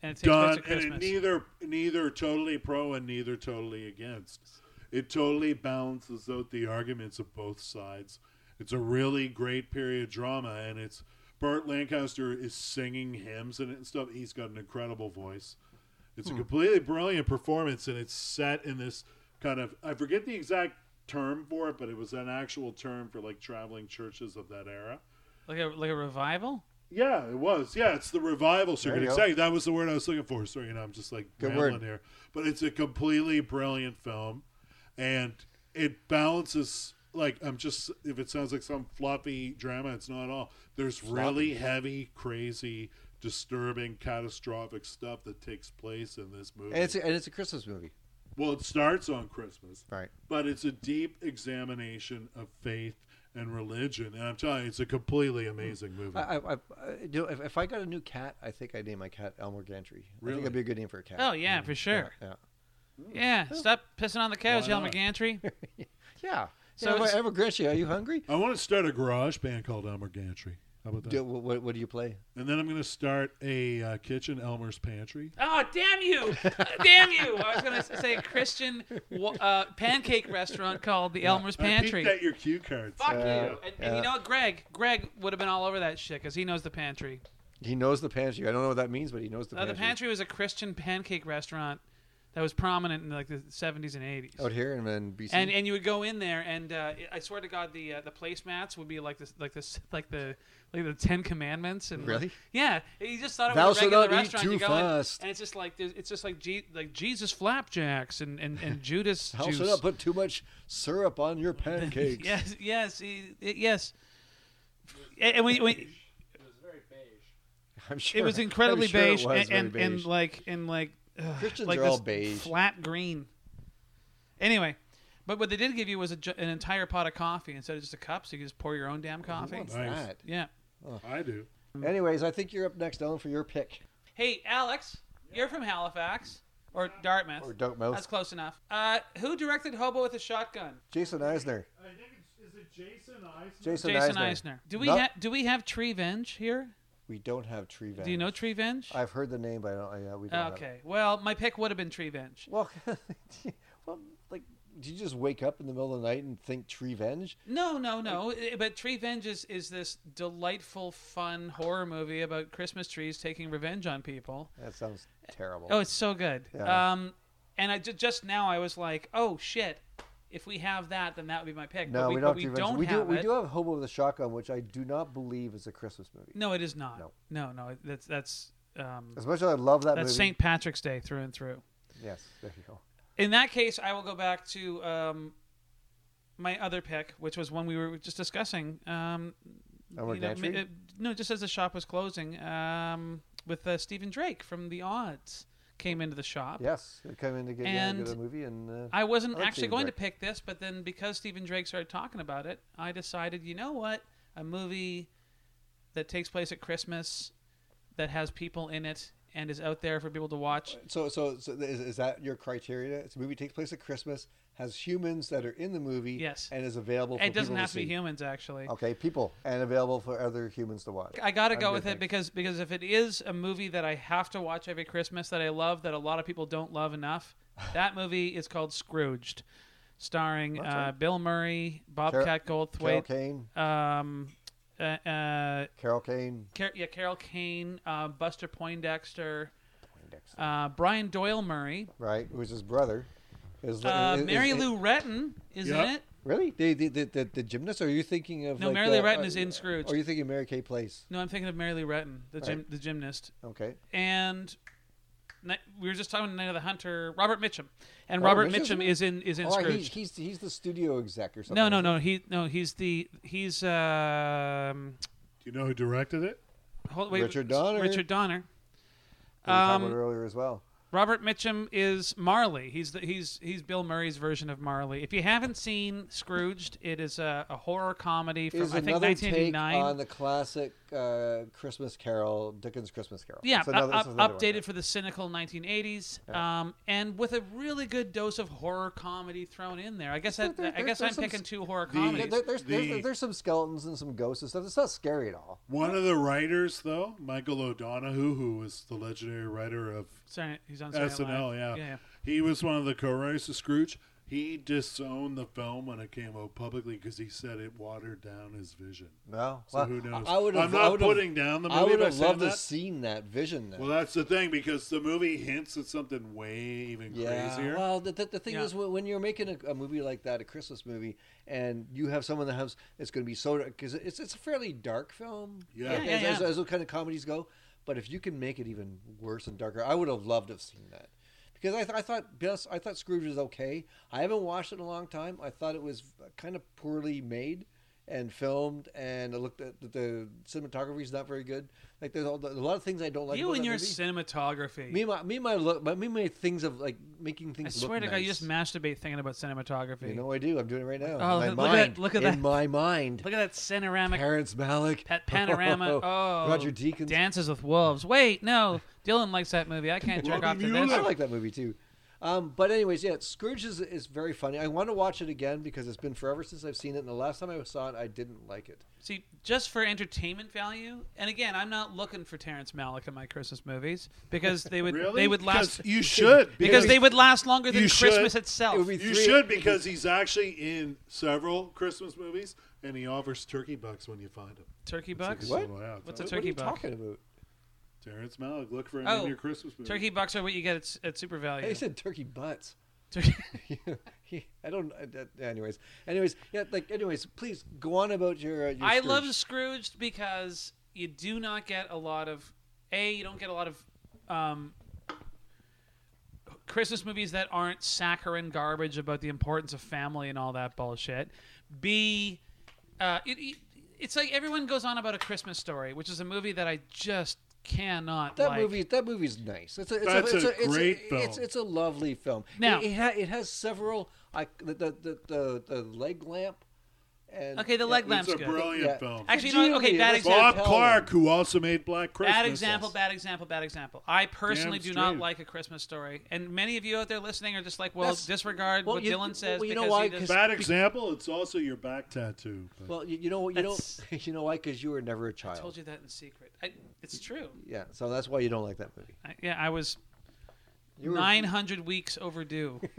A: and it takes place
G: done
A: at
G: and it
A: Christmas.
G: neither neither totally pro and neither totally against. It totally balances out the arguments of both sides. It's a really great period drama, and it's Burt Lancaster is singing hymns in it and stuff. He's got an incredible voice. It's a completely brilliant performance, and it's set in this kind of I forget the exact term for it, but it was an actual term for like traveling churches of that era.
A: like, a, like a revival?
G: Yeah, it was. Yeah, it's the revival circuit.
B: you go.
G: Exactly. That was the word I was looking for. Sorry, and I'm just like
B: Good
G: rambling
B: word.
G: here. But it's a completely brilliant film, and it balances. Like I'm just if it sounds like some floppy drama, it's not at all. There's really heavy, crazy, disturbing, catastrophic stuff that takes place in this movie.
B: And it's a, and it's a Christmas movie.
G: well, it starts on Christmas,
B: Right.
G: but it's a deep examination of faith and religion, and I'm telling you, it's a completely amazing movie.
A: Hmm.
B: I, I, I, I- you know, if, if I got a new cat, I think I'd name my cat Elmer Gantry. I
G: Really?
B: think that'd be a good name for a cat.
A: Oh,
G: Mm,
A: yeah, for sure.
B: yeah.
A: Yeah, stop pissing on the couch,
G: Why
A: Elmer
G: not?
A: Gantry.
B: Yeah.
A: So
B: So
A: it's-
B: Elmer Gantry, are you hungry?
G: I want to start a garage band called Elmer Gantry. How about that?
B: Do, wh- what, what do you play?
G: And then I'm going to start a uh, kitchen, Elmer's Pantry.
A: Oh, damn you! damn you! I was going to say a Christian wa- uh, pancake restaurant called the Elmer's
G: I
A: Pantry.
G: peeked at your cue cards.
A: Fuck you!
B: Yeah,
A: And, and you know what, Greg? Greg would have been all over that shit because he knows the pantry.
B: He knows the pantry. I don't know what that means, but he knows the
A: Uh,
B: pantry.
A: the pantry was a Christian pancake restaurant that was prominent in like the 70s and 80s.
B: out here and then BC.
A: and and you would go in there, and uh, I swear to God, the uh, the placemats would be like this, like this, like the like the Ten Commandments, and
B: Really?
A: like- yeah, you just thought it
B: Thou
A: was a
B: shalt
A: regular
B: not eat
A: restaurant.
B: too
A: you go
B: fast.
A: in, and it's just like there's- it's just like Je- like Jesus flapjacks and and and Judas
B: How
A: juice.
B: should not put too much syrup on your pancakes?
A: yes, yes, e- e- yes. And and we, we,
B: I'm sure
A: it was incredibly
B: I'm sure it
A: beige,
B: was
A: and,
B: very
A: and, and
B: beige.
A: like and like ugh,
B: Christians
A: like
B: are all
A: this
B: beige.
A: flat green. Anyway, but what they did give you was a, ju- an entire pot of coffee instead of just a cup, so you could just pour your own damn coffee.
B: What's
G: Nice.
A: Yeah.
G: I do.
B: that? Anyways, I think you're up next, Ellen, for your pick.
A: Hey, Alex, you're from Halifax or Dartmouth.
B: Or Dartmouth.
A: That's close enough. Uh, who directed Hobo with a Shotgun?
B: Jason Eisner.
G: I think it's, is it Jason Eisner?
B: Jason,
A: Jason
B: Eisner.
A: Eisner. Do we
B: Not-
A: ha- do we have Treevenge here?
B: We don't have Tree Venge.
A: Do you know Treevenge?
B: I've heard the name, but I don't. I, uh, we don't have it.
A: Okay. Well, my pick would have been Treevenge.
B: Well, well, like, do you just wake up in the middle of the night and think Tree Venge?
A: No, no, no. I- But Treevenge is, is this delightful, fun horror movie about Christmas trees taking revenge on people.
B: That sounds terrible.
A: Oh, it's so good.
B: Yeah.
A: Um, and I ju- just now I was like, oh shit, if we have that, then that would be my pick.
B: no,
A: but we,
B: we,
A: but
B: don't.
A: we don't
B: have Tree Venge. we do.
A: have
B: We
A: it.
B: do have Hobo with a Shotgun, which I do not believe is a Christmas movie.
A: No, it is not.
B: No.
A: no, no it- that's that's um,
B: As much as I love that
A: that's
B: movie,
A: St. Patrick's Day through and through.
B: yes, there you go.
A: In that case, I will go back to um, my other pick, which was one we were just discussing. Um,
B: Elmer
A: you know,
B: Gantry?
A: mi- uh, no, just as the shop was closing, um, with uh, Stephen Drake from The Odds, came into the shop.
B: Yes, they come in to get yeah,
A: And
B: go to the movie and uh,
A: I wasn't
B: I like
A: actually
B: Stephen
A: going
B: Drake.
A: to pick this, but then because Stephen Drake started talking about it, I decided, you know what? A movie that takes place at Christmas that has people in it and is out there for people to watch.
B: so so, so is, is that your criteria? It's a movie takes place at Christmas, has humans that are in the movie,
A: Yes.
B: and is available. For
A: It doesn't
B: people
A: have to
B: see.
A: be humans, actually.
B: Okay, people and available for other humans to watch.
A: I gotta
B: I'm
A: go
B: good,
A: with it
B: thanks.
A: because because if it is a movie that I have to watch every Christmas that I love that a lot of people don't love enough, that movie is called Scrooged, starring uh,
B: That's right.
A: Bill Murray, Bobcat
B: Carol
A: Goldthwait,
B: Kane,
A: um, uh, uh,
B: Carol Kane,
A: Car- yeah, Carol Kane, uh, Buster Poindexter, uh, Brian Doyle Murray,
B: right? Who's his brother? Is,
A: uh,
B: is- is-
A: Mary
B: is-
A: Lou Retton is in
G: Yeah.
A: it.
B: Really? The the, the, the the gymnast? Or are you thinking of
A: No,
B: like,
A: Mary Lou
B: uh,
A: Retton
B: uh,
A: is in Scrooge.
B: Or are you thinking Mary Kay Place?
A: No, I'm thinking of Mary Lou Retton, the gym, the gymnast,
B: Okay.
A: and ni- we were just talking Night of the Hunter, Robert Mitchum, and
B: Robert Oh,
A: Robert
B: Mitchum's in
A: Mitchum
B: it?
A: is in is in
B: All right, he's,
A: Scrooge.
B: he's he's the studio exec or something.
A: no, no,
B: isn't
A: no. He no, he's the he's um.
G: Do you know who directed it?
A: Hold, wait,
B: Richard Donner.
A: Richard Donner.
B: he? We were talking
A: Um,
B: about it earlier as well.
A: Robert Mitchum is Marley. He's the, he's he's Bill Murray's version of Marley. If you haven't seen Scrooged, it is a, a horror comedy from
B: Is
A: I think
B: another take
A: 1989.
B: on the classic uh, Christmas Carol, Dickens' Christmas Carol.
A: yeah,
B: It's another-
A: up-
B: it's another
A: up-
B: one.
A: updated for the cynical 1980s, um, and with a really good dose of horror comedy thrown in there. I guess I,
B: there-
A: I guess
B: there's
A: I'm
B: some
A: picking
B: s-
A: two horror
G: the-
B: Yeah,
A: comedies.
B: there- there's,
G: The-
B: there's, there's some skeletons and some ghosts and stuff. It's not scary at all.
G: One of the writers, though, Michael O'Donohue, who was the legendary writer of
A: Sorry, he's on Saturday Night
G: SNL,
A: Live.
G: yeah.
A: yeah.
G: he was one of the co-writers of Scrooge. He disowned the film when it came out publicly because he said it watered down his vision.
B: No.
G: So who knows?
B: I would
G: I'm
B: have.
G: not putting down the movie.
B: I would
G: by
B: have
G: saying
B: loved to
G: that.
B: have seen that vision. Then.
G: Well, that's the thing because the movie hints at something way even
B: Yeah.
G: crazier.
B: Well, the, the, the thing
A: Yeah.
B: is, when, when you're making a, a movie like that, a Christmas movie, and you have someone that has it's going to be so because it's it's a fairly dark film.
G: Yeah.
B: like,
A: Yeah,
B: as,
A: yeah,
B: As,
A: yeah.
B: as those kind of comedies go. But if you can make it even worse and darker, I would have loved to have seen that. Because I, th- I thought, be honest, I thought Scrooge was okay. I haven't watched it in a long time. I thought it was uh, kind of poorly made and filmed, and I looked at the, the cinematography is not very good. Like there's all, a lot of things I don't like.
A: you
B: about
A: and
B: that
A: your
B: movie.
A: cinematography.
B: Me and my me and my look, my, me and my things of like making
A: I
B: things.
A: swear
B: look
A: to God,
B: nice.
A: you just masturbate thinking about cinematography.
B: You know I do. I'm doing it right now.
A: Oh,
B: in my
A: look at
B: mind.
A: that- look at
B: in
A: that.
B: my mind.
A: Look at that panoramic
B: Terrence Malick.
A: Pet Panorama. Oh,
B: Roger Deakins.
A: Dances with Wolves. Wait, no. Dylan likes that movie. I can't jerk
G: Robbie
A: off to
G: Mueller.
B: I
A: this.
B: like that movie too. Um, but anyways, yeah, Scrooge is, is very funny. I want to watch it again because it's been forever since I've seen it. And the last time I saw it, I didn't like it.
A: See, just for entertainment value, and again, I'm not looking for Terrence Malick in my Christmas movies because they would
G: Really?
A: they would last
G: Because you should
A: because they would last longer than
G: you should.
A: Christmas itself.
B: It would be-
G: You
B: Three-
G: should because he's actually in several Christmas movies, and he offers turkey bucks when you find him.
A: turkey bucks.
B: What?
A: What's a
B: What-
A: turkey
B: what are
A: buck?
B: you talking about?
G: Terrence Malick, look for him
A: Oh,
G: in your Christmas movie.
A: Turkey bucks are what you get at, s- at Super Value.
B: They said turkey butts.
A: Turkey-
B: I don't. I, that- anyways, anyways, yeah. Like, anyways, please go on about your. Uh, your
A: I
B: Scrooge.
A: love Scrooged because you do not get a lot of a you don't get a lot of um, Christmas movies that aren't saccharine garbage about the importance of family and all that bullshit. B, uh, it, it- it's like everyone goes on about a Christmas story, which is a movie that I just cannot
B: That
A: like.
B: movie, that movie's nice. It's a, it's
G: That's
B: a, it's
G: a
B: a, it's
G: great
B: a,
G: film.
B: It's, it's a lovely film.
A: Now-
B: it, it, ha- it has several. I the the, the, the, the leg lamp. And
A: Okay, the
B: yeah,
A: leg
B: we-
A: lamp.
G: It's a
A: Lamp's good.
G: brilliant
B: Yeah.
G: film.
A: Actually, you know what? Okay,
B: Judy,
A: bad
B: let's
A: example.
G: Bob
B: tell
G: Clark,
B: them.
G: who also made Black Christmas.
A: Bad example, bad example, bad example. I personally do not
G: straight.
A: like a Christmas story, and many of you out there listening are just like, well,
B: That's-
A: disregard
B: well,
A: what
B: you-
A: Dylan says
B: well, you know
A: because he
B: why?
A: does-
B: 'Cause
G: Bad example. It's also your back tattoo. but-
B: Well, you, you know you know
A: That's-
B: you know why? Because you were never a child.
A: I told you that in secret. I, it's true.
B: Yeah, so that's why you don't like that movie.
A: I, yeah, I was
B: You were-
A: 900 weeks overdue.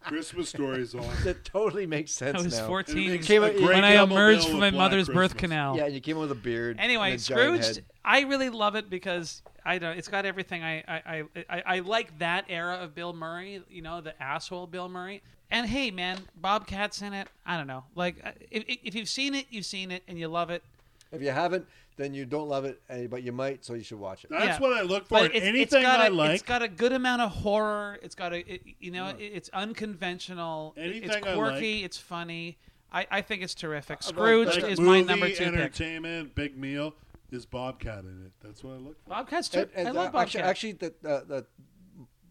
G: Christmas stories awesome.
B: That totally makes sense.
A: I was
B: now.
A: 14
G: It makes
B: Came
G: a
B: out-
G: great
A: when I
G: double
A: emerged
G: bill
A: from
G: of
A: my
G: Black
A: mother's birth
G: Christmas.
A: canal.
B: Yeah, and you came in with a beard. and
A: Anyway,
B: a giant
A: Scrooged,
B: head.
A: I really love it because I don't. It's got everything. I I, I I I like that era of Bill Murray. You know, the asshole Bill Murray. And hey, man, Bobcat's in it. I don't know. Like, I- if, if you've seen it, you've seen it, and you love it.
B: If you haven't, then you don't love it, eh, but you might, so you should watch it.
G: That's
A: Yeah.
G: what I look for.
A: But it's,
G: in
A: it's
G: anything
A: got
G: I
A: a,
G: like,
A: It's got a good amount of horror. It's got a, it, you know, it, it's unconventional. it-
G: Anything I
A: it's quirky. It's funny. I, I think it's terrific.
G: like
A: Scrooge is my
G: movie,
A: number two pick.
G: entertainment, big meal. Is Bobcat in it? That's what I look for.
A: Bobcat's true.
B: And- and,
A: I love
B: uh,
A: Bobcat.
B: Actually, actually the, uh, the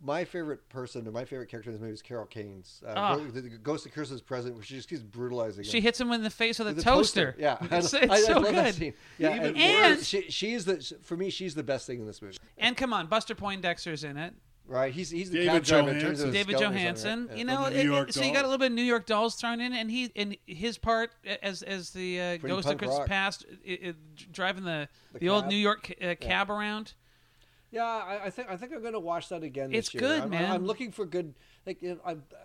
B: my favorite person or my favorite character in this movie is Carol Kane's uh,
A: Ah.
B: Ghost- the the Ghost of Curses Present, where she just keeps brutalizing.
A: She
B: him.
A: hits him in the face with a
B: The
A: toaster.
B: Yeah,
A: It's, it's so good.
B: Yeah,
G: Even
B: and,
A: worse.
B: she, she's the for me she's the best thing in this movie.
A: And come on, Buster Poindexter's in it.
B: Right? He's he's the
G: David
B: cab driver that turns
G: Johansen.
B: into a
A: David
B: skeleton or
A: Johansen.
B: something, right?
A: You
B: Yeah.
A: know,
G: From the New
A: it- it-
G: York
A: so you got a
G: Dolls.
A: little bit of New York Dolls thrown in, and he and his part as as the uh, ghost of
B: punk
A: Christmas
B: rock.
A: past, i i driving the the, old
B: cab.
A: New York uh, cab around.
B: Yeah, I, I think I think I'm gonna watch that again.
A: It's
B: this year.
A: good,
B: I'm,
A: man.
B: I'm, I'm looking for good. Like you know, I'm, uh,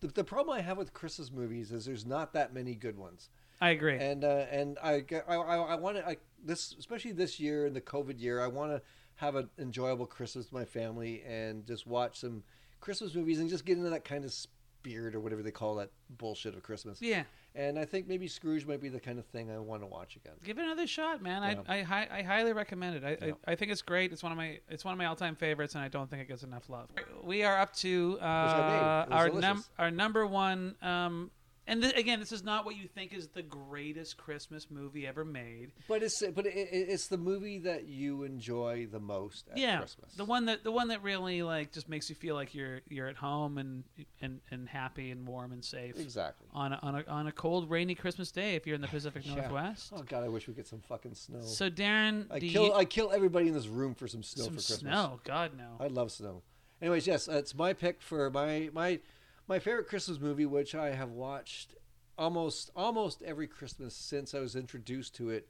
B: the, the problem I have with Chris's movies is there's not that many good ones,
A: I agree.
B: and uh, and I g- I, want to I, this especially this year in the COVID year I want to have an enjoyable Christmas with my family and just watch some Christmas movies and just get into that kind of spirit or whatever they call that bullshit of Christmas.
A: yeah,
B: And I think maybe Scrooge might be the kind of thing I want to watch again.
A: give it another shot, man. I, I hi- I highly recommend it. I, I I think it's great. It's one of my it's one of my all time favorites, and I don't think it gets enough love. We are up to uh,
B: I made. It was
A: our
B: delicious.
A: num our number one. Um, and th- again, this is not what you think is the greatest Christmas movie ever made.
B: But it's but it, it, it's the movie that you enjoy the most at
A: yeah,
B: Christmas.
A: the one that the one that really like just makes you feel like you're you're at home and and, and happy and warm and safe.
B: Exactly.
A: On a, on a on a cold, rainy Christmas day, if you're in the Pacific Northwest.
B: Oh god, I wish we get some fucking snow.
A: So Darren,
B: I
A: do
B: kill
A: you-
B: I kill everybody in this room for some snow
A: some
B: for Christmas.
A: snow. God no.
B: I love snow. Anyways, yes, it's my pick for my my my favorite Christmas movie, which I have watched almost almost every Christmas since I was introduced to it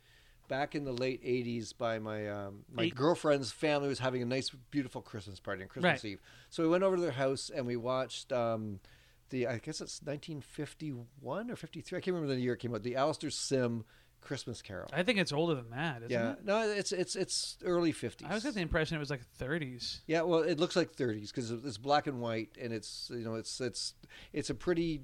B: back in the late '80s by my um, my
A: Eight-
B: girlfriend's family was having a nice, beautiful Christmas party on Christmas
A: Right.
B: Eve. So we went over to their house and we watched. Um, the, I guess it's 1951 or 53. I can't remember the year it came out. The Alistair Sim Christmas Carol.
A: I think it's older than that, isn't
B: Yeah,
A: it?
B: no, it's it's it's early 50s.
A: I was got the impression it was like 30s.
B: Yeah, well, it looks like 30s because it's black and white, and it's you know it's it's it's a pretty.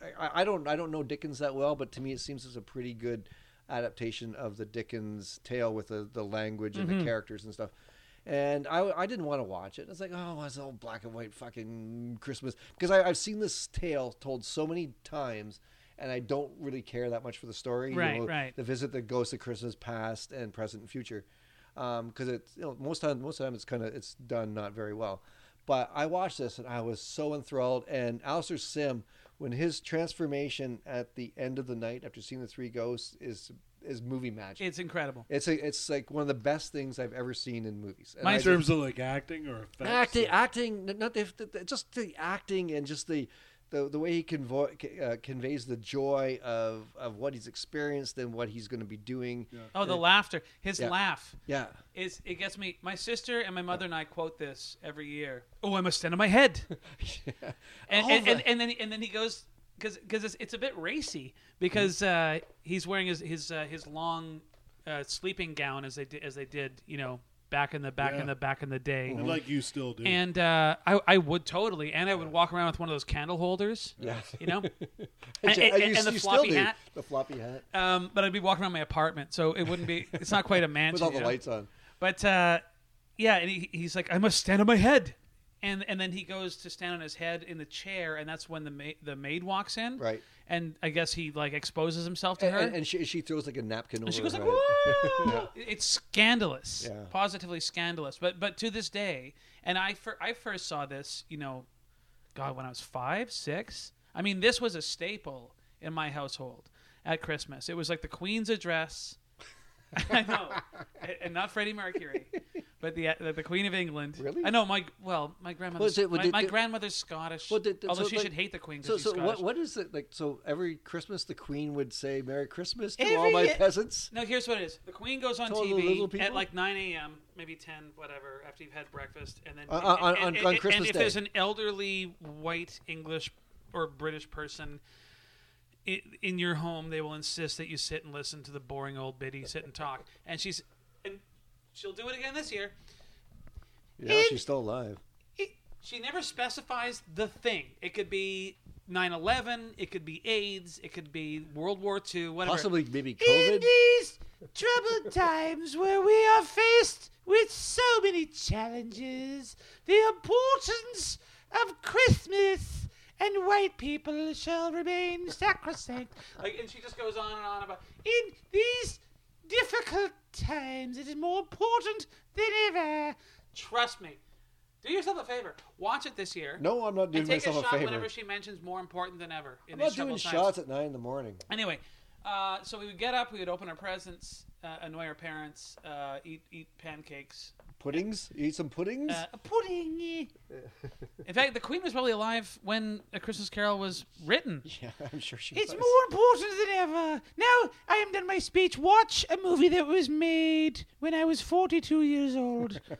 B: I, I don't I don't know Dickens that well, but to me it seems it's a pretty good adaptation of the Dickens tale with the the language and
A: Mm-hmm.
B: the characters and stuff. And I, I didn't want to watch it. I was like, oh, it's all black and white fucking Christmas because I, I've seen this tale told so many times, and I don't really care that much for the story. you
A: Right,
B: know,
A: right.
B: The visit the ghosts of Christmas past and present and future because it's you know, most time most time it's kind of it's done not very well. But I watched this and I was so enthralled. And Alistair Sim, when his transformation at the end of the night after seeing the three ghosts is is movie magic.
A: It's incredible.
B: it's a, it's like one of the best things I've ever seen in movies. And
A: My
B: I
G: in
B: just-
G: terms of like acting or effects.
B: acting, acting, not the, the- the- just the acting and just the the, the way he convo- uh, conveys the joy of of what he's experienced and what he's going to be doing.
A: Oh, the laughter. His
B: Yeah.
A: laugh.
B: yeah.
A: Is, it gets me. My sister and my mother and I quote this every year. Oh, I must stand on my head. and,
B: All
A: and,
B: the-
A: and, and then and then he goes because it's, it's a bit racy because
B: Mm.
A: uh, he's wearing his his uh, his long uh, sleeping gown as they did as they did you know back in the back
G: Yeah.
A: in the back in the day.
B: Uh-huh.
G: And like you still do.
A: And uh, I, I would totally, and I would walk around with one of those candle holders,
B: Yeah.
A: you know,
B: And,
A: and, and- and the floppy hat.
B: The floppy hat
A: Um, but I'd be walking around my apartment, so it wouldn't be. It's not quite a mansion
B: with all
A: you
B: the
A: know?
B: lights on.
A: But uh, yeah, and he, he's like, I must stand on my head, and and then he goes to stand on his head in the chair, and that's when the ma- the maid walks in,
B: Right.
A: And I guess he like exposes himself to
B: And,
A: her,
B: and, and she she throws like a napkin over.
A: she goes
B: her
A: like,
B: head.
A: "Whoa!" It's scandalous,
B: Yeah.
A: positively scandalous. But but to this day, and I fir- I first saw this, you know, God, when I was five, six. I mean, this was a staple in my household at Christmas. It was like the Queen's address. I know, A- and not Freddie Mercury, but the the, the Queen of England.
B: Really?
A: I know my well, my grandmother's
B: it- well,
A: my,
B: did-
A: my
B: did-
A: grandmother's Scottish.
B: Well, did-
A: although
B: so,
A: Oh, she
B: like-
A: should hate the Queen
B: So
A: because
B: so
A: she's
B: what
A: Scottish.
B: what is it like? So every Christmas the Queen would say "Merry Christmas" to all
A: Every
B: my
A: year-
B: peasants.
A: No, here's what it is. The Queen goes on
B: To all the little
A: TV
B: people?
A: at like 9 a.m., maybe 10, whatever, after you've had breakfast, and then
B: On- Uh, on- on-
A: and-
B: on
A: and-
B: Christmas
A: And if
B: Day.
A: there's an elderly white English or British person i- in your home, they will insist that you sit and listen to the boring old biddy sit and talk. And she's, and she'll do it again this year.
B: Yeah, she's still alive.
A: It- she never specifies the thing. It could be 9/11. It could be AIDS. It could be World War II. Whatever.
B: Possibly maybe COVID.
A: these troubled times where we are faced with so many challenges, the importance of Christmas and white people shall remain sacrosanct. Like, and she just goes on and on about in these difficult times, it is more important than ever. Trust me, Do yourself a favor. Watch it this year.
B: No, I'm not doing
A: and take a
B: myself
A: shot
B: a favor.
A: whenever she mentions more important than ever. In
B: I'm
A: these
B: not doing
A: troubled times.
B: shots at nine in the morning.
A: Anyway, uh, so we would get up, we would open our presents, uh, annoy our parents, uh, eat eat pancakes,
B: Puddings? You eat some puddings?
A: uh, a pudding. In fact, the Queen was probably alive when A Christmas Carol was written.
B: yeah, I'm sure she
A: It's
B: was.
A: more important than ever. Now I am done my speech. Watch a movie that was made when I was 42 years old.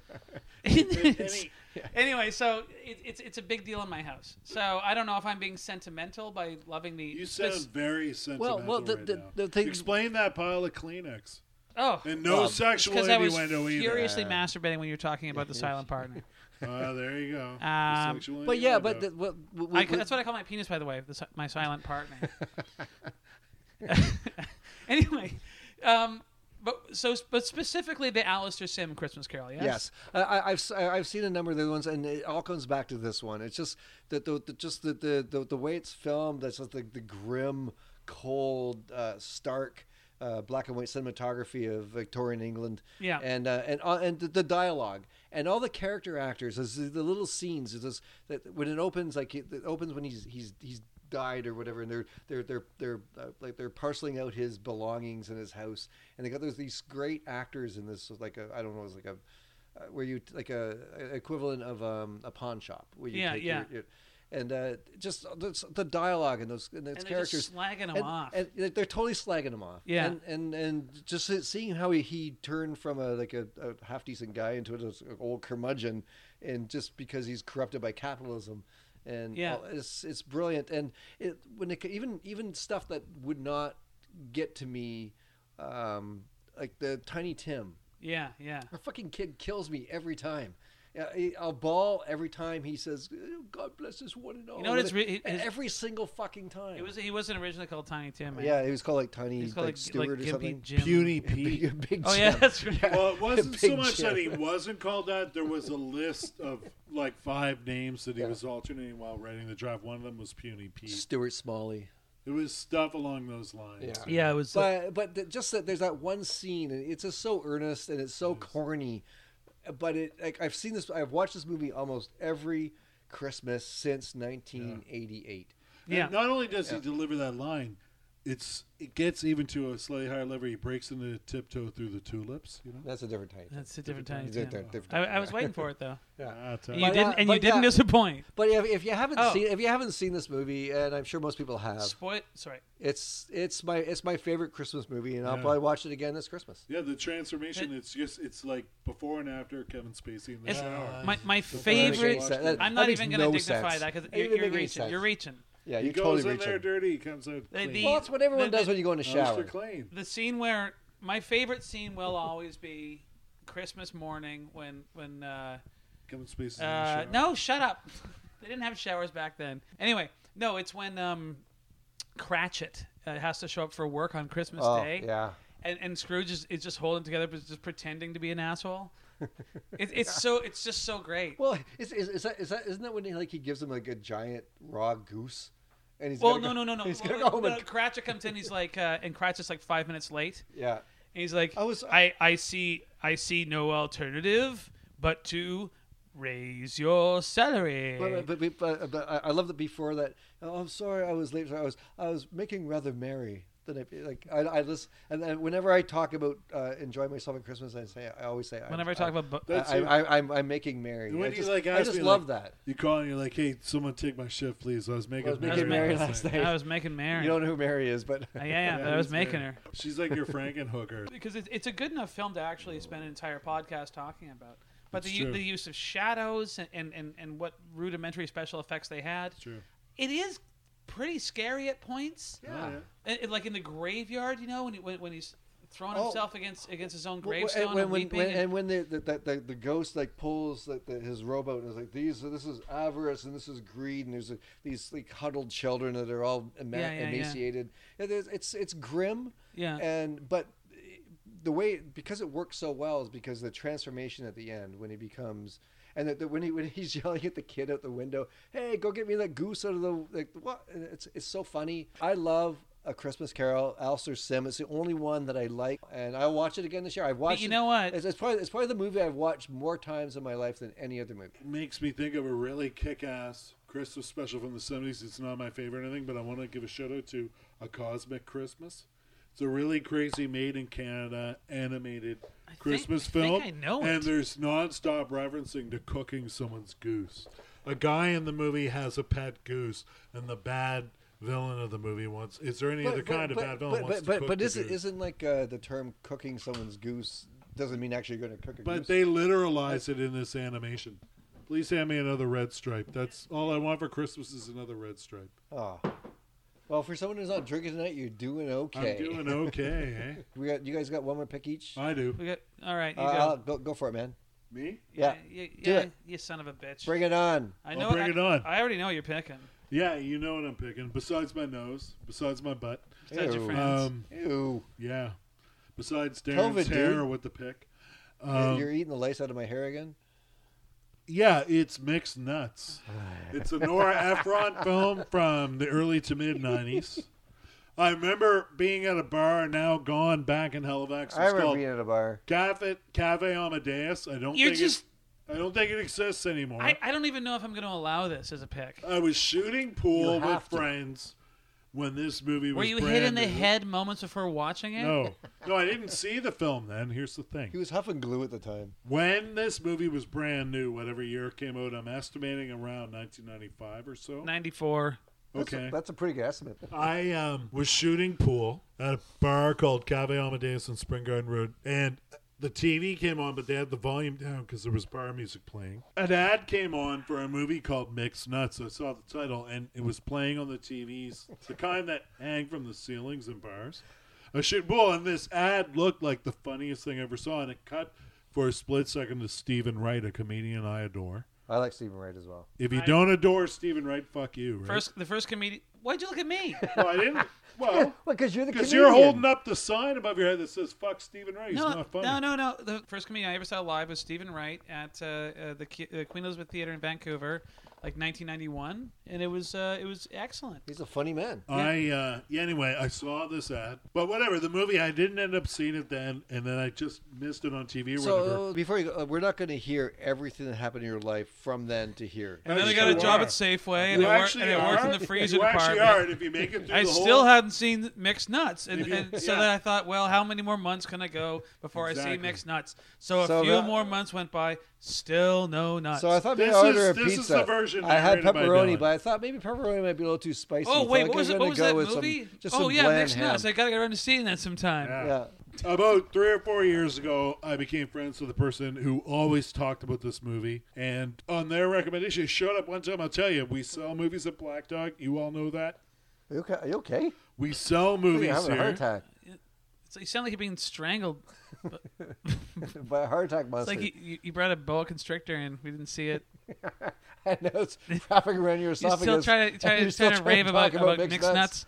A: It's- anyway, so it, it's it's a big deal in my house. So I don't know if I'm being sentimental by loving the.
G: You
A: Swiss-
G: sound very sentimental
B: well, the-
G: right
B: the-
G: now.
B: the thing-
G: Explain that pile of Kleenex
A: oh,
G: and no sexual
A: because I was
G: innuendo either.
A: furiously masturbating when you were talking about the silent partner.
G: Ah, there you go. The
A: Um,
G: sexual
B: But yeah, but
G: innuendo.
B: the, what, what,
A: I, that's what I call my penis, by the way, the, si- my silent partner. anyway, um, but so but specifically the Alistair Sim Christmas Carol. Yes.
B: Yes, I, I- I've s- I- I've seen a number of the other ones, and it all comes back to this one. It's just that the, the just the, the the the way it's filmed. That's just the the grim, cold, uh, stark. Uh, black and white cinematography of Victorian England,
A: Yeah.
B: and uh, and uh, and the, the dialogue and all the character actors, as the, the little scenes, is this that when it opens, like it, it opens when he's he's he's died or whatever, and they're they're they're they're uh, like they're parceling out his belongings in his house, and they got those these great actors in this, like a I don't know, it's like a uh, where you like a, a equivalent of um, a pawn shop where you
A: Yeah,
B: take
A: yeah.
B: Your, your, and uh, just the, the dialogue and those and those
A: And they're
B: characters
A: just slagging him
B: and,
A: off.
B: and they're they're totally slagging him off.
A: Yeah.
B: and and, and just se- seeing how he, he turned from a like a, a half decent guy into an old curmudgeon, and just because he's corrupted by capitalism, and
A: Yeah.
B: all- it's it's brilliant. And it when it, c- even even stuff that would not get to me, um, like the Tiny Tim.
A: Yeah, yeah.
B: The fucking kid kills me every time. Yeah, he- I'll ball every time he says, "Oh, "God bless this one and all."
A: You know what it's re- his-
B: every single fucking time.
A: It was he wasn't originally called Tiny Tim. Man.
B: yeah, it was called like Tiny
A: he was called
B: like,
A: like,
B: Stewart
A: like
B: or something.
A: Gimpy Jim.
G: puny Pete.
B: Big, big
A: Oh yeah,
B: Jim.
A: that's right.
G: Well, it wasn't so
B: Big
G: much that he
B: Jim.
G: wasn't called that. There was a list of like five names that he was alternating while writing the draft. One of them was Puny Pete.
B: Stuart Smalley.
G: It was stuff along those lines.
B: Yeah.
A: Yeah, it was. uh,
B: But but th- just that there's that one scene, and it's just so earnest and it's so corny. But it like I've seen this, I've watched this movie almost every Christmas since 1988.
G: And
A: Yeah.
G: Not only does he deliver that line, it's it gets even to a slightly higher level. He breaks into tiptoe through the tulips. You know.
B: That's a different Tiny. Tim.
A: that's a different Tiny
B: Different
A: Tim.
B: Tiny- different
A: I,
B: Tiny
A: I was waiting for it though.
G: Ah, it's all
A: And you
G: right.
B: But, uh,
A: didn't, and you
B: but,
A: didn't
B: uh,
A: disappoint.
B: But if, if you haven't
A: Oh.
B: seen if you haven't seen this movie, and I'm sure most people have,
A: Spoil. Sorry.
B: it's it's my it's my favorite Christmas movie, and I'll probably watch it again this Christmas.
G: Yeah, the transformation. It's just it's like before and after Kevin Spacey in the
A: It's
G: shower.
A: my my
B: doesn't make any
A: favorite.
B: sense. That-
A: I'm
B: that
A: not
B: makes
A: even going
B: no
A: to dignify
B: sense.
A: that because
B: That
A: you're,
B: doesn't
A: you're
B: make any
A: reaching. You're
B: sening.
A: reaching.
B: Yeah,
G: he
B: you
G: goes
B: totally
G: in
B: reach
G: there
B: it.
G: dirty. He comes out
A: The-
G: clean.
A: the-
B: Well, that's what everyone
A: the-
B: does
A: the-
B: when you go in a shower.
G: Mr. Clean.
A: the scene where my favorite scene will always be Christmas morning when when uh,
G: Kevin Spacey's in the
A: uh,
G: shower.
A: no shut up they didn't have showers back then anyway no it's when um, Cratchit uh, has to show up for work on Christmas
B: Oh,
A: Day
B: yeah.
A: and, and Scrooge is, is just holding together but just pretending to be an asshole it, it's so it's just so great
B: Well, is, is, is that is that isn't that when he, like he gives him like a giant raw goose, and he's
A: well
B: gotta
A: no
B: go,
A: no no no,
B: he's
A: well,
B: gonna go home
A: no,
B: and,
A: Cratchit comes in he's like uh, and Cratchit's like five minutes late
B: yeah.
A: And he's like, I
B: I was- uh,
A: I, see, I see no alternative but to raise your salary.
B: But, uh, but, but, but, but I I love that before that. Oh, I'm sorry, I was late. I was I was making rather merry. Then I like I, I listen, and then whenever I talk about uh, enjoying myself at Christmas, I say I always say
A: Whenever I
B: I'm,
A: talk
B: I'm,
A: about, bu-
G: That's
B: I,
G: it.
B: I, I, I'm, I'm making merry.
G: When
B: I
G: you,
B: just,
G: like,
B: I
G: ask
B: just
G: me,
B: love
G: like-
B: that.
G: You call and you're like, "Hey, someone take my shift, please." I was making,
B: I was making
A: making
B: merry
A: merry
B: last night.
A: I was making Mary.
B: You don't know who Mary is, but
A: yeah, yeah, but I was making her
G: She's like your Frankenhooker.
A: because it's, it's a good enough film to actually spend an entire podcast talking about. But the,
G: It's
A: u-
G: true.
A: the use of shadows and, and, and, and what rudimentary special effects they had,
G: True.
A: it is pretty scary at points.
G: Yeah.
A: And- and like in the graveyard, you know, when he, when, when he's throwing
B: Oh.
A: himself against against his own
B: Well, well,
A: gravestone
B: when,
A: and
B: when,
A: weeping.
B: when-
A: and-
B: and when the the, the, the the ghost like pulls like the, his robe out and is like these this is avarice and this is greed and there's like, these like huddled children that are all ema-
A: Yeah, yeah, yeah.
B: emaciated. It is- it's it's grim.
A: Yeah.
B: And but the way because it works so well is because the transformation at the end when he becomes. And that that when he when he's yelling at the kid out the window, hey, go get me that goose out of the like what? And It's it's so funny. I love A Christmas Carol, Alistair Sim. It's the only one that I like, and I'll watch it again this year. I've watched.
A: you
B: it-
A: know what?
B: It's, it's probably it's probably the movie I've watched more times in my life than any other movie.
G: makes me think of a really kick-ass Christmas special from the 70s. It's not my favorite anything, but I want to give a shout out to A Cosmic Christmas. It's a really crazy made in Canada animated Christmas
A: I
G: film.
A: think I know it.
G: and there's nonstop referencing to cooking someone's goose. A guy in the movie has a pet goose and the bad villain of the movie wants is there any other kind of bad
B: but,
G: villain
B: but,
G: wants to
B: but,
G: cook
B: but
G: the
B: isn't,
G: goose.
B: isn't like uh, the term cooking someone's goose doesn't mean actually going to cook a
G: But
B: goose.
G: they literalize it in this animation. Please hand me another red stripe. That's all I want for Christmas is another red stripe.
B: Oh. Well, for someone who's not drinking tonight, you're doing okay.
G: I'm doing Uh, okay. eh?
B: We got you guys got one more pick each.
G: I do.
A: We got all right. You
B: Uh,
A: go.
B: Alec, go. go for it, man.
G: Me?
B: Yeah,
A: You,
B: do
A: yeah,
B: it.
A: you son of a bitch.
B: bring it on.
A: I
G: Well,
A: know.
G: bring
A: I,
G: it on.
A: I already know you're picking.
G: Yeah, you know what I'm picking. Besides my nose, besides my butt.
A: Besides your
B: Ew.
A: friends.
G: Um,
B: Ew,
G: yeah. Besides
B: COVID,
G: Darren's hair
B: dude.
G: with the pick. Um,
B: you're eating the lice out of my hair again.
G: Yeah, it's mixed nuts. It's a Nora Ephron film from the early to mid '90s. I remember being at a bar now gone back in Halifax.
B: I
G: It's
B: remember
G: called
B: being at a bar.
G: Cafe Cafe Amadeus. I don't
A: You're
G: think
A: just.
G: it, I don't think it exists anymore.
A: I, I don't even know if I'm going to allow this as a pick.
G: I was shooting pool
B: You
G: with
B: have to.
G: friends when this movie
A: Were
G: was.
A: you hit in
G: brand
A: the
G: new.
A: head moments before watching it?
G: No, no, I didn't see the film then. Here's the
B: He
G: thing:
B: was huffing glue at the time.
G: when this movie was brand new, whatever year it came out, I'm estimating around 1995 or so.
A: 94.
B: That's
G: Okay,
B: a, that's a pretty good estimate.
G: I um, was shooting pool at a bar called Cave Amadeus on Spring Garden Road, and the TV came on, but they had the volume down because there was bar music playing. An ad came on for a movie called Mixed Nuts. I saw the title, and it was playing on the TVs, the kind that hang from the ceilings in bars. I shoot pool, and this ad looked like the funniest thing I ever saw, and it cut for a split second to Stephen Wright, a comedian I adore.
B: I like Stephen Wright as well.
G: If you don't adore Stephen Wright, fuck you. Right?
A: First, the first comedian. Why'd you look at me?
G: well, I didn't. Well,
B: because you're the
G: Because
B: comedian.
G: you're holding up the sign above your head that says "Fuck Stephen Ray." He's
A: no,
G: not funny.
A: no, no, no. The first comedian I ever saw live was Stephen Wright at uh, uh, the Ki- uh, Queen Elizabeth Theater in Vancouver, like 1991, and it was uh, it was excellent.
B: He's a funny man.
G: I uh, yeah, anyway, I saw this ad, but whatever. The movie, I didn't end up seeing it then, and then I just missed it on TV. Or
B: So before you go, uh, we're not going to hear everything that happened in your life from then to here.
A: And then I
G: you
A: got a
G: sure
A: job
G: are.
A: at Safeway,
G: whatever.
A: and, I, wor- and I worked in the freezer
G: you actually
A: department.
G: are. and if you make it through
A: I
G: the
A: still
G: whole,
A: hadn't seen mixed nuts, and,
G: Maybe-
A: and so
G: yeah.
A: then I thought, well, how many more months can I go before I
G: Exactly.
A: see mixed nuts? So a
B: So
A: few
B: that-
A: more months went by, still no nuts.
B: So I thought maybe
G: This
B: I order
G: is-
B: a
G: this
B: pizza.
G: is the version
B: I had
G: narrated by
B: pepperoni,
G: Dylan.
B: but I thought maybe pepperoni might be a little too spicy.
A: oh
B: So
A: wait,
B: I
A: what was,
B: think
A: it,
B: I'm
A: what
B: gonna
A: was
B: go
A: that
B: with some-
A: movie?
B: just
A: oh
B: some
A: yeah,
B: bland
A: mixed
B: ham.
A: nuts. I got to get around to seeing that sometime.
G: Yeah.
B: Yeah.
G: About three or four years ago, I became friends with a person who always talked about this movie, and on their recommendation, showed up one time. I'll tell you, we sell movies at Black Dog. You all know that.
B: Are you okay? Are you okay?
G: We sell
B: You're
G: movies
B: having a
G: here.
B: heart attack.
A: So you sound like you're being strangled.
B: By a heart attack
A: It's
B: monster.
A: like you, you, you brought a boa constrictor and we didn't see it.
B: I know it's wrapping around your
A: You
B: esophagus.
A: still try to
B: and
A: try
B: you're
A: to,
B: still
A: try to
B: trying
A: rave
B: talk
A: about, about, mixed, nuts.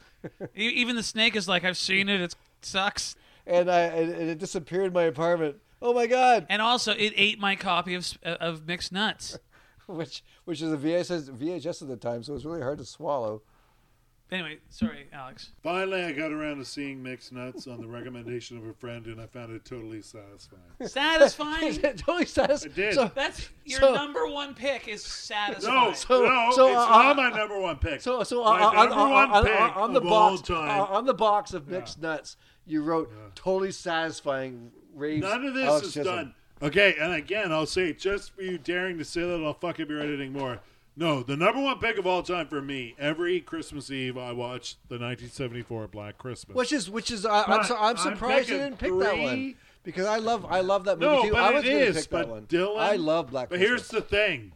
A: E- Even the snake is like, I've seen it. It sucks.
B: And I and, and it disappeared in my apartment. Oh my god!
A: And also, it ate my copy of s- uh, of mixed nuts.
B: Which which is a VHS VHS at the time, so it was really hard to swallow.
A: Anyway, sorry, Alex.
G: Finally, I got around to seeing Mixed Nuts on the recommendation of a friend, and I found it totally satisfying.
B: Is
A: Satisfying.
B: it totally satisfying?
G: I did.
B: So,
A: That's your
B: So-
A: number one pick is satisfying.
G: No,
B: So-
G: no,
B: so,
G: it's
B: uh,
G: not my number one pick.
B: so so uh,
G: my
B: on, on,
G: number
B: on,
G: one
B: on-
G: pick
B: on- on the
G: of all
B: box uh,
G: time.
B: on- on the box of mixed nuts, you wrote totally satisfying. Raves
G: None of this
B: Alex
G: is
B: Chisholm.
G: done. Okay, and again, I'll say just for you daring to say that, I'll fuck up your editing more. No, the number one pick of all time for me. Every Christmas Eve, I watch the 1974 Black Christmas.
B: Which is which is I, I'm,
G: But
B: so, I'm
G: I'm
B: surprised you
G: picking
B: didn't pick that one
G: three.
B: because I love I love that movie
G: no,
B: too.
G: but
B: I was
G: it
B: gonna
G: is.
B: pick
G: but
B: that one.
G: Dylan,
B: I love Black
G: But here's
B: Christmas.
G: the thing.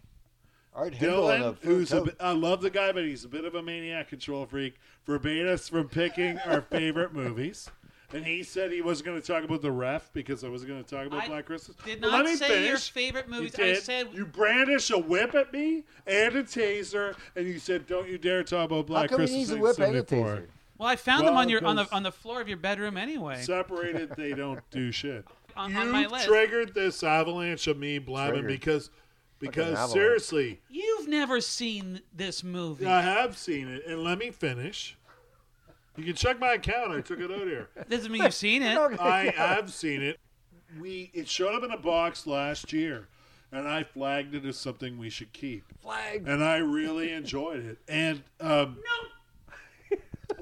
B: Art Hindle on
G: Dylan,
B: a
G: who's a
B: food
G: bit- I love the guy, but he's a bit of a maniac control freak, forbade us from picking our favorite movies. And he said he wasn't going to talk about the ref because I wasn't going to talk about
A: I
G: Black Christmas.
A: did
G: But
A: not
G: let me
A: say
G: finish.
A: your favorite
G: You
A: movies. I
G: did.
A: said-
G: you brandish a whip at me and a taser, and you said, "Don't you dare talk about Black
B: come he
G: Christmas."
B: needs a whip and a
G: 1974."
B: taser?
A: Well, I found them
G: Well,
A: on your on the
G: because-
A: on the floor of your bedroom anyway.
G: Separated, they don't do shit.
A: on,
G: you
A: on my list.
G: triggered this avalanche of me blabbing
B: Triggered.
G: because, because
B: avalanche.
G: seriously.
A: You've never seen this movie.
G: I have seen it, and let me finish. You can check my account. I took it out here.
A: Doesn't mean you've seen it.
G: I have seen it. We it showed up in a box last year, and I flagged it as something we should keep.
B: Flag.
G: and I really enjoyed it. And um,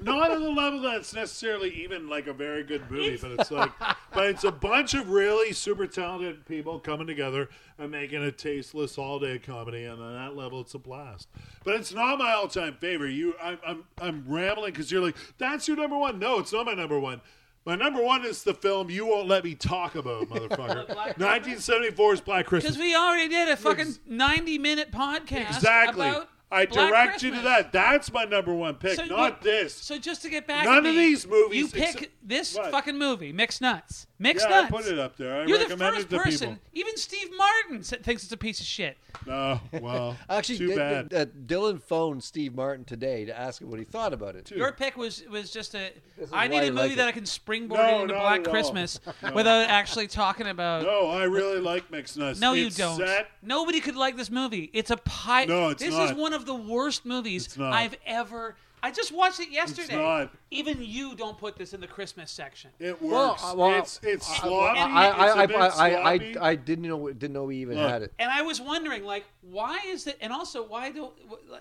G: not on the level that's necessarily even like a very good movie, but it's like, but it's a bunch of really super talented people coming together and making a tasteless holiday comedy, and on that level, it's a blast. But it's not my all-time favorite. You, I'm, I'm, I'm rambling because you're like, that's your number one. No, it's not my number one. My number one is the film you won't let me talk about, motherfucker. 1974's Black Christmas.
A: Because we already did a fucking 90 minute podcast.
G: Exactly.
A: About
G: I
A: Black
G: direct you to
A: Christmas.
G: that. That's my number one pick,
A: So
G: not
A: what-
G: this.
A: So just to get back,
G: None
A: to
G: of
A: me,
G: these movies
A: You pick
G: except-
A: this
G: What?
A: fucking movie, Mixed Nuts. Mixed
G: yeah, I
A: Nuts.
G: put it up there. I
A: You're the
G: recommend
A: first
G: it to
A: person.
G: people.
A: Even Steve Martin s- thinks it's a piece of shit.
G: No, well,
B: Actually,
G: too
B: d- d-
G: bad.
B: uh, Dylan phoned Steve Martin today to ask him what he thought about it.
A: Your pick was was just a.
B: is
A: I
B: why
A: need
B: I
A: a movie
B: like
A: that
B: it.
A: I can springboard
G: No,
A: into
G: not
A: Black
G: at all.
A: Christmas without actually talking
B: uh,
A: about.
G: no, I really like Mixed Nuts.
A: No,
G: It's
A: you don't.
G: set-
A: Nobody could like this movie. It's a pie.
G: No, it's
A: this
G: not.
A: is one of the worst movies
G: It's not.
A: I've ever. I just watched it yesterday.
G: not.
A: Even you don't put this in the Christmas section.
G: It
B: Well,
G: works.
B: uh, well,
G: it's it's
B: I-
G: sloppy.
B: I, I, I,
G: it's a bit
B: I, I,
G: sloppy.
B: I didn't know didn't know we even
G: Look.
B: had it.
A: And I was wondering, like, why is it? And also, why do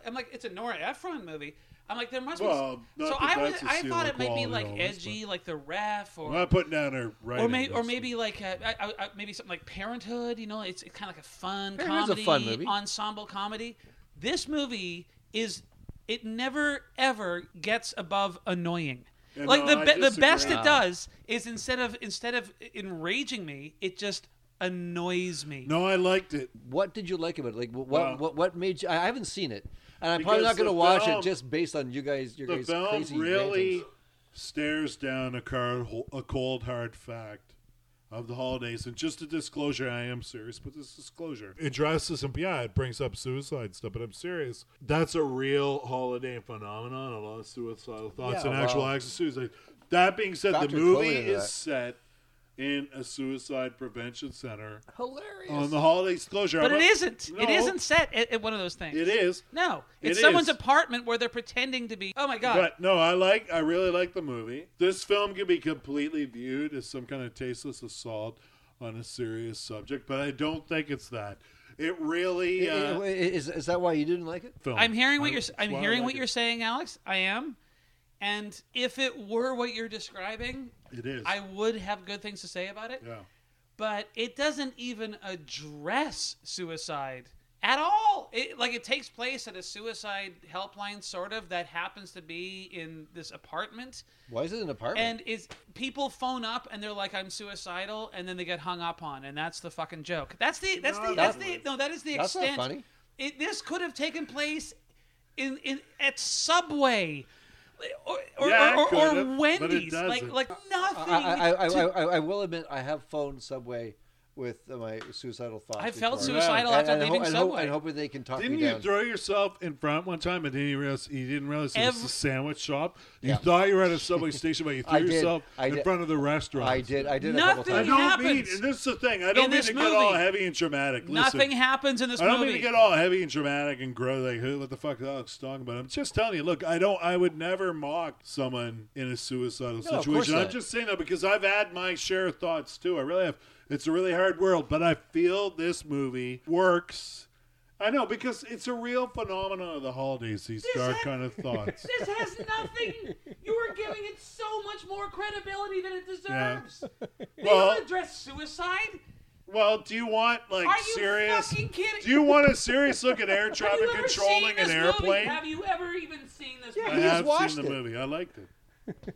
A: I'm like, it's a Nora Ephron movie. I'm like, there must
G: Well,
A: be.
G: not
A: So
G: that
A: I was,
G: that's a
A: I
G: seal
A: thought
G: of
A: it might be
G: quality
A: like
G: always,
A: edgy, like the ref, or
G: I'm not putting down her right.
A: or maybe or maybe like uh, I, I, I- maybe something like Parenthood. You know, it's kind of like a fun
B: Parenthood's
A: comedy,
B: a fun movie.
A: ensemble comedy. This movie is it never ever gets above annoying.
G: Yeah,
A: like the
G: no, I
A: be- the
G: disagree.
A: best
G: Wow.
A: it does is instead of instead of enraging me, it just annoys me.
G: No, I liked it.
B: What did you like about it? Like what
G: Well-
B: what what, what made you? I haven't seen it, and I'm probably
G: Because
B: not going to
G: the
B: watch
G: film-
B: it just based on you guys your
G: The
B: guys
G: film
B: crazy
G: really
B: rantings.
G: stares down a, car, a cold hard fact of the holidays. And just a disclosure, I am serious, but this disclosure it addresses and yeah, it brings up suicide stuff, but I'm serious. That's a real holiday phenomenon. A lot of suicidal thoughts
B: Yeah,
G: and actual
B: well-
G: acts of suicide. That being said, the
B: Dr.
G: movie
B: Crowley did
G: is
B: that.
G: set in a suicide prevention center
B: hilarious.
G: on the holiday disclosure.
A: But
G: I'm
A: it
G: not-
A: isn't. It
G: No,
A: isn't set at, at one of those things.
G: It is.
A: No, it's
G: It
A: someone's
G: is.
A: apartment where they're pretending to be. Oh my god!
G: But no, I like I really like the movie. This film can be completely viewed as some kind of tasteless assault on a serious subject, but I don't think it's that. It really uh,
B: I- I- is, is that why you didn't like it?
G: film.
A: I'm hearing what
G: I-
A: you're.
G: that's
A: I'm
G: why Oh, I
A: hearing
G: like
A: what
G: it.
A: you're saying, Alex. I am. And if it were what you're describing,
G: It is.
A: I would have good things to say about it.
G: yeah.
A: But it doesn't even address suicide at all. It, like it takes place at a suicide helpline, sort of that happens to be in this apartment.
B: Why is it an apartment?
A: And is people phone up and they're like, "I'm suicidal," and then they get hung up on, and that's the fucking joke. That's the that's the that's the no, that is the
B: That's not
A: extent.
B: funny.
A: It, this could have taken place in in at Subway. Or, or,
G: Yeah, it
A: or,
G: could
A: or,
G: have, but it
A: Wendy's, like
G: doesn't.
A: like nothing.
B: I, I, I,
A: to-
B: I, I, I will admit I have phoned Subway with uh, my suicidal thoughts.
A: I felt
B: before.
A: suicidal
B: And-
A: after
B: and,
A: leaving
B: ho- and, ho-
A: Subway.
B: and hoping they can talk
G: Didn't
B: me
G: you
B: down.
G: throw yourself in front one time and didn't you realize you didn't realize it was
A: Every-
G: a sandwich shop? You
B: Yeah.
G: thought you were at a subway station, but you threw
B: I did.
G: yourself
B: I
G: in
B: did.
G: front of the restaurant.
B: I did. I did a
A: Nothing
B: couple
G: I
B: times.
G: don't mean.
A: happens.
G: And this is the thing. I don't mean
A: this
G: to get all
A: movie.
G: heavy and dramatic. Listen,
A: nothing happens in this
G: I don't
A: movie.
G: mean to get all heavy and dramatic and grow like who what the fuck is Alex talking about. I'm just telling you, look, I don't I would never mock someone in a suicidal
B: of course
G: situation. I'm
B: not.
G: just saying that because I've had my share of thoughts too. I really have it's a really hard world, but I feel this movie works. I know because it's a real phenomenon of the holidays, these dark kind of thoughts.
A: This has nothing. You are giving it so much more credibility than it deserves. They
G: Well-
A: don't address suicide.
G: Well, do you want like
A: Are you
G: serious
A: fucking kidding?
G: Do you want a serious look at air
A: Have
G: traffic
A: you ever seen
G: controlling
A: this
G: an
A: movie?
G: airplane?
A: Have you ever even seen this?
B: Yeah.
G: I
A: movie?
B: He just
G: have
B: watched
G: seen the
B: it.
G: movie. I liked it.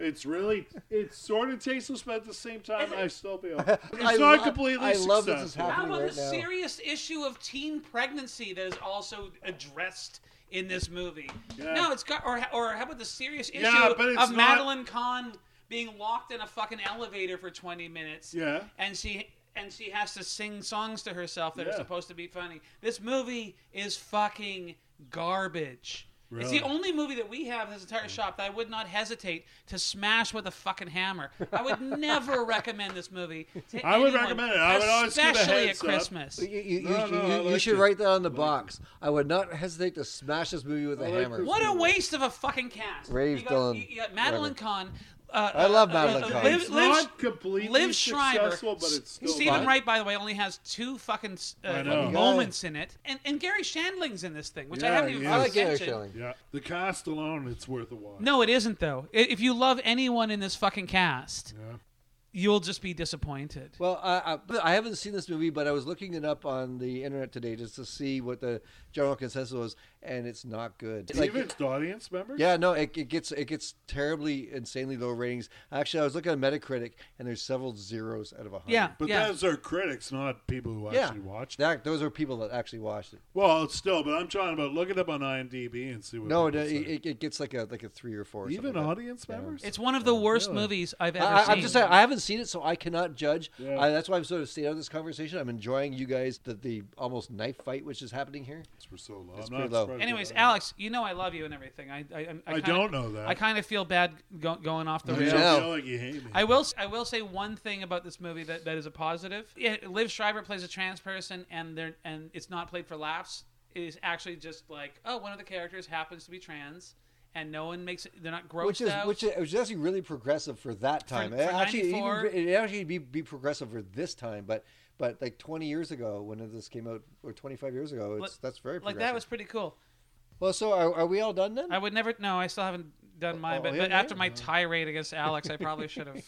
G: it's really, it's sort of tasteless, but at the same time, I still feel it's
B: I
G: not
B: lo-
G: completely.
B: I love this is
G: successful.
B: happening.
A: How about
B: right
A: the
B: now.
A: serious issue of teen pregnancy that is also addressed in this movie?
G: Yeah.
A: No, it's got or or how about the serious issue
G: Yeah, but it's
A: of
G: not-
A: Madeline Kahn being locked in a fucking elevator for 20 minutes?
G: Yeah.
A: And she and she has to sing songs to herself that
G: Yeah.
A: are supposed to be funny. This movie is fucking garbage. It's
G: Really?
A: the only movie that we have in this entire shop that I would not hesitate to smash with a fucking hammer. I would never recommend this movie. To
G: I would
A: anyone,
G: recommend it. I would always give a
A: especially
G: heads
A: at
G: up.
A: Christmas.
B: You, you,
G: No,
B: you,
G: no, I
B: you- you
G: like
B: should
G: it.
B: write that on the box. I would not hesitate to smash this movie with a
G: like
B: hammer.
G: this
A: What a waste of a fucking cast.
B: Rave
A: you got,
B: Dylan.
A: You, you got Madeline Kahn. Uh,
B: I love
A: uh,
B: Madeline
A: uh,
B: Kahn.
A: Liv,
G: It's
A: Liv-
G: not completely
A: Liv Schreiber.
G: successful, but it's still
A: Stephen
G: fun.
A: Wright, by the way, only has two fucking uh,
G: I know.
A: moments in it, and, and Gary Shandling's in this thing, which I
G: Yeah,
A: haven't
G: he
A: even
G: is.
B: I like Gary
A: mentioned.
B: Shandling.
G: Yeah, the cast alone, it's worth a watch.
A: No, it isn't though. I- If you love anyone in this fucking cast,
G: Yeah.
A: you'll just be disappointed.
B: Well, I, I I haven't seen this movie, but I was looking it up on the internet today just to see what the general consensus was, and it's not good. Like,
G: Even its audience members.
B: yeah, no, it, it gets it gets terribly, insanely low ratings. Actually, I was looking at Metacritic, and there's several zeros out of a hundred.
A: yeah,
G: But
A: yeah.
G: those are critics, not people who
B: yeah,
G: actually watched.
B: that. Those are people that actually watched it.
G: Well, it's still, but I'm talking about look it up on IMDb and see what.
B: No, it,
G: people say.
B: it, it gets like a like a three or four. or something
G: even
B: like that.
G: audience members.
A: it's one of
G: Oh,
A: the worst movies I've ever
B: I,
A: seen.
B: I'm just saying, I haven't seen it, so I cannot judge.
G: Yeah.
B: I, that's why I'm sort of staying out of this conversation. I'm enjoying you guys the, the almost knife fight which is happening here.
G: We're so low.
B: It's
G: I'm not
B: pretty low.
G: surprised
A: Anyways,
G: about that.
A: Alex, you know I love you and everything. I I, I,
G: I
A: kinda-
G: don't know that.
A: I kind of feel bad go, going off the
G: You
B: Yeah.
A: rails.
B: No.
G: feel like you hate me.
A: I will. I will say one thing about this movie that, that is a positive. Yeah, Liv Schreiber plays a trans person, and they and it's not played for laughs. It is actually just like, oh, one of the characters happens to be trans, and no one makes it. They're not grossed
B: Which is
A: out.
B: which is, which is actually really progressive for that time.
A: for
B: it actually
A: 94.
B: even, it actually be, be progressive for this time, but but like 20 years ago when this came out or 25 years ago, it's,
A: Like-
B: that's very
A: like
B: progressive.
A: that was pretty cool.
B: well. So are, are we all done then?
A: I would never. No, I still haven't done mine.
B: oh,
A: but
B: yeah,
A: but after
B: yeah.
A: my tirade against Alex, I probably should have.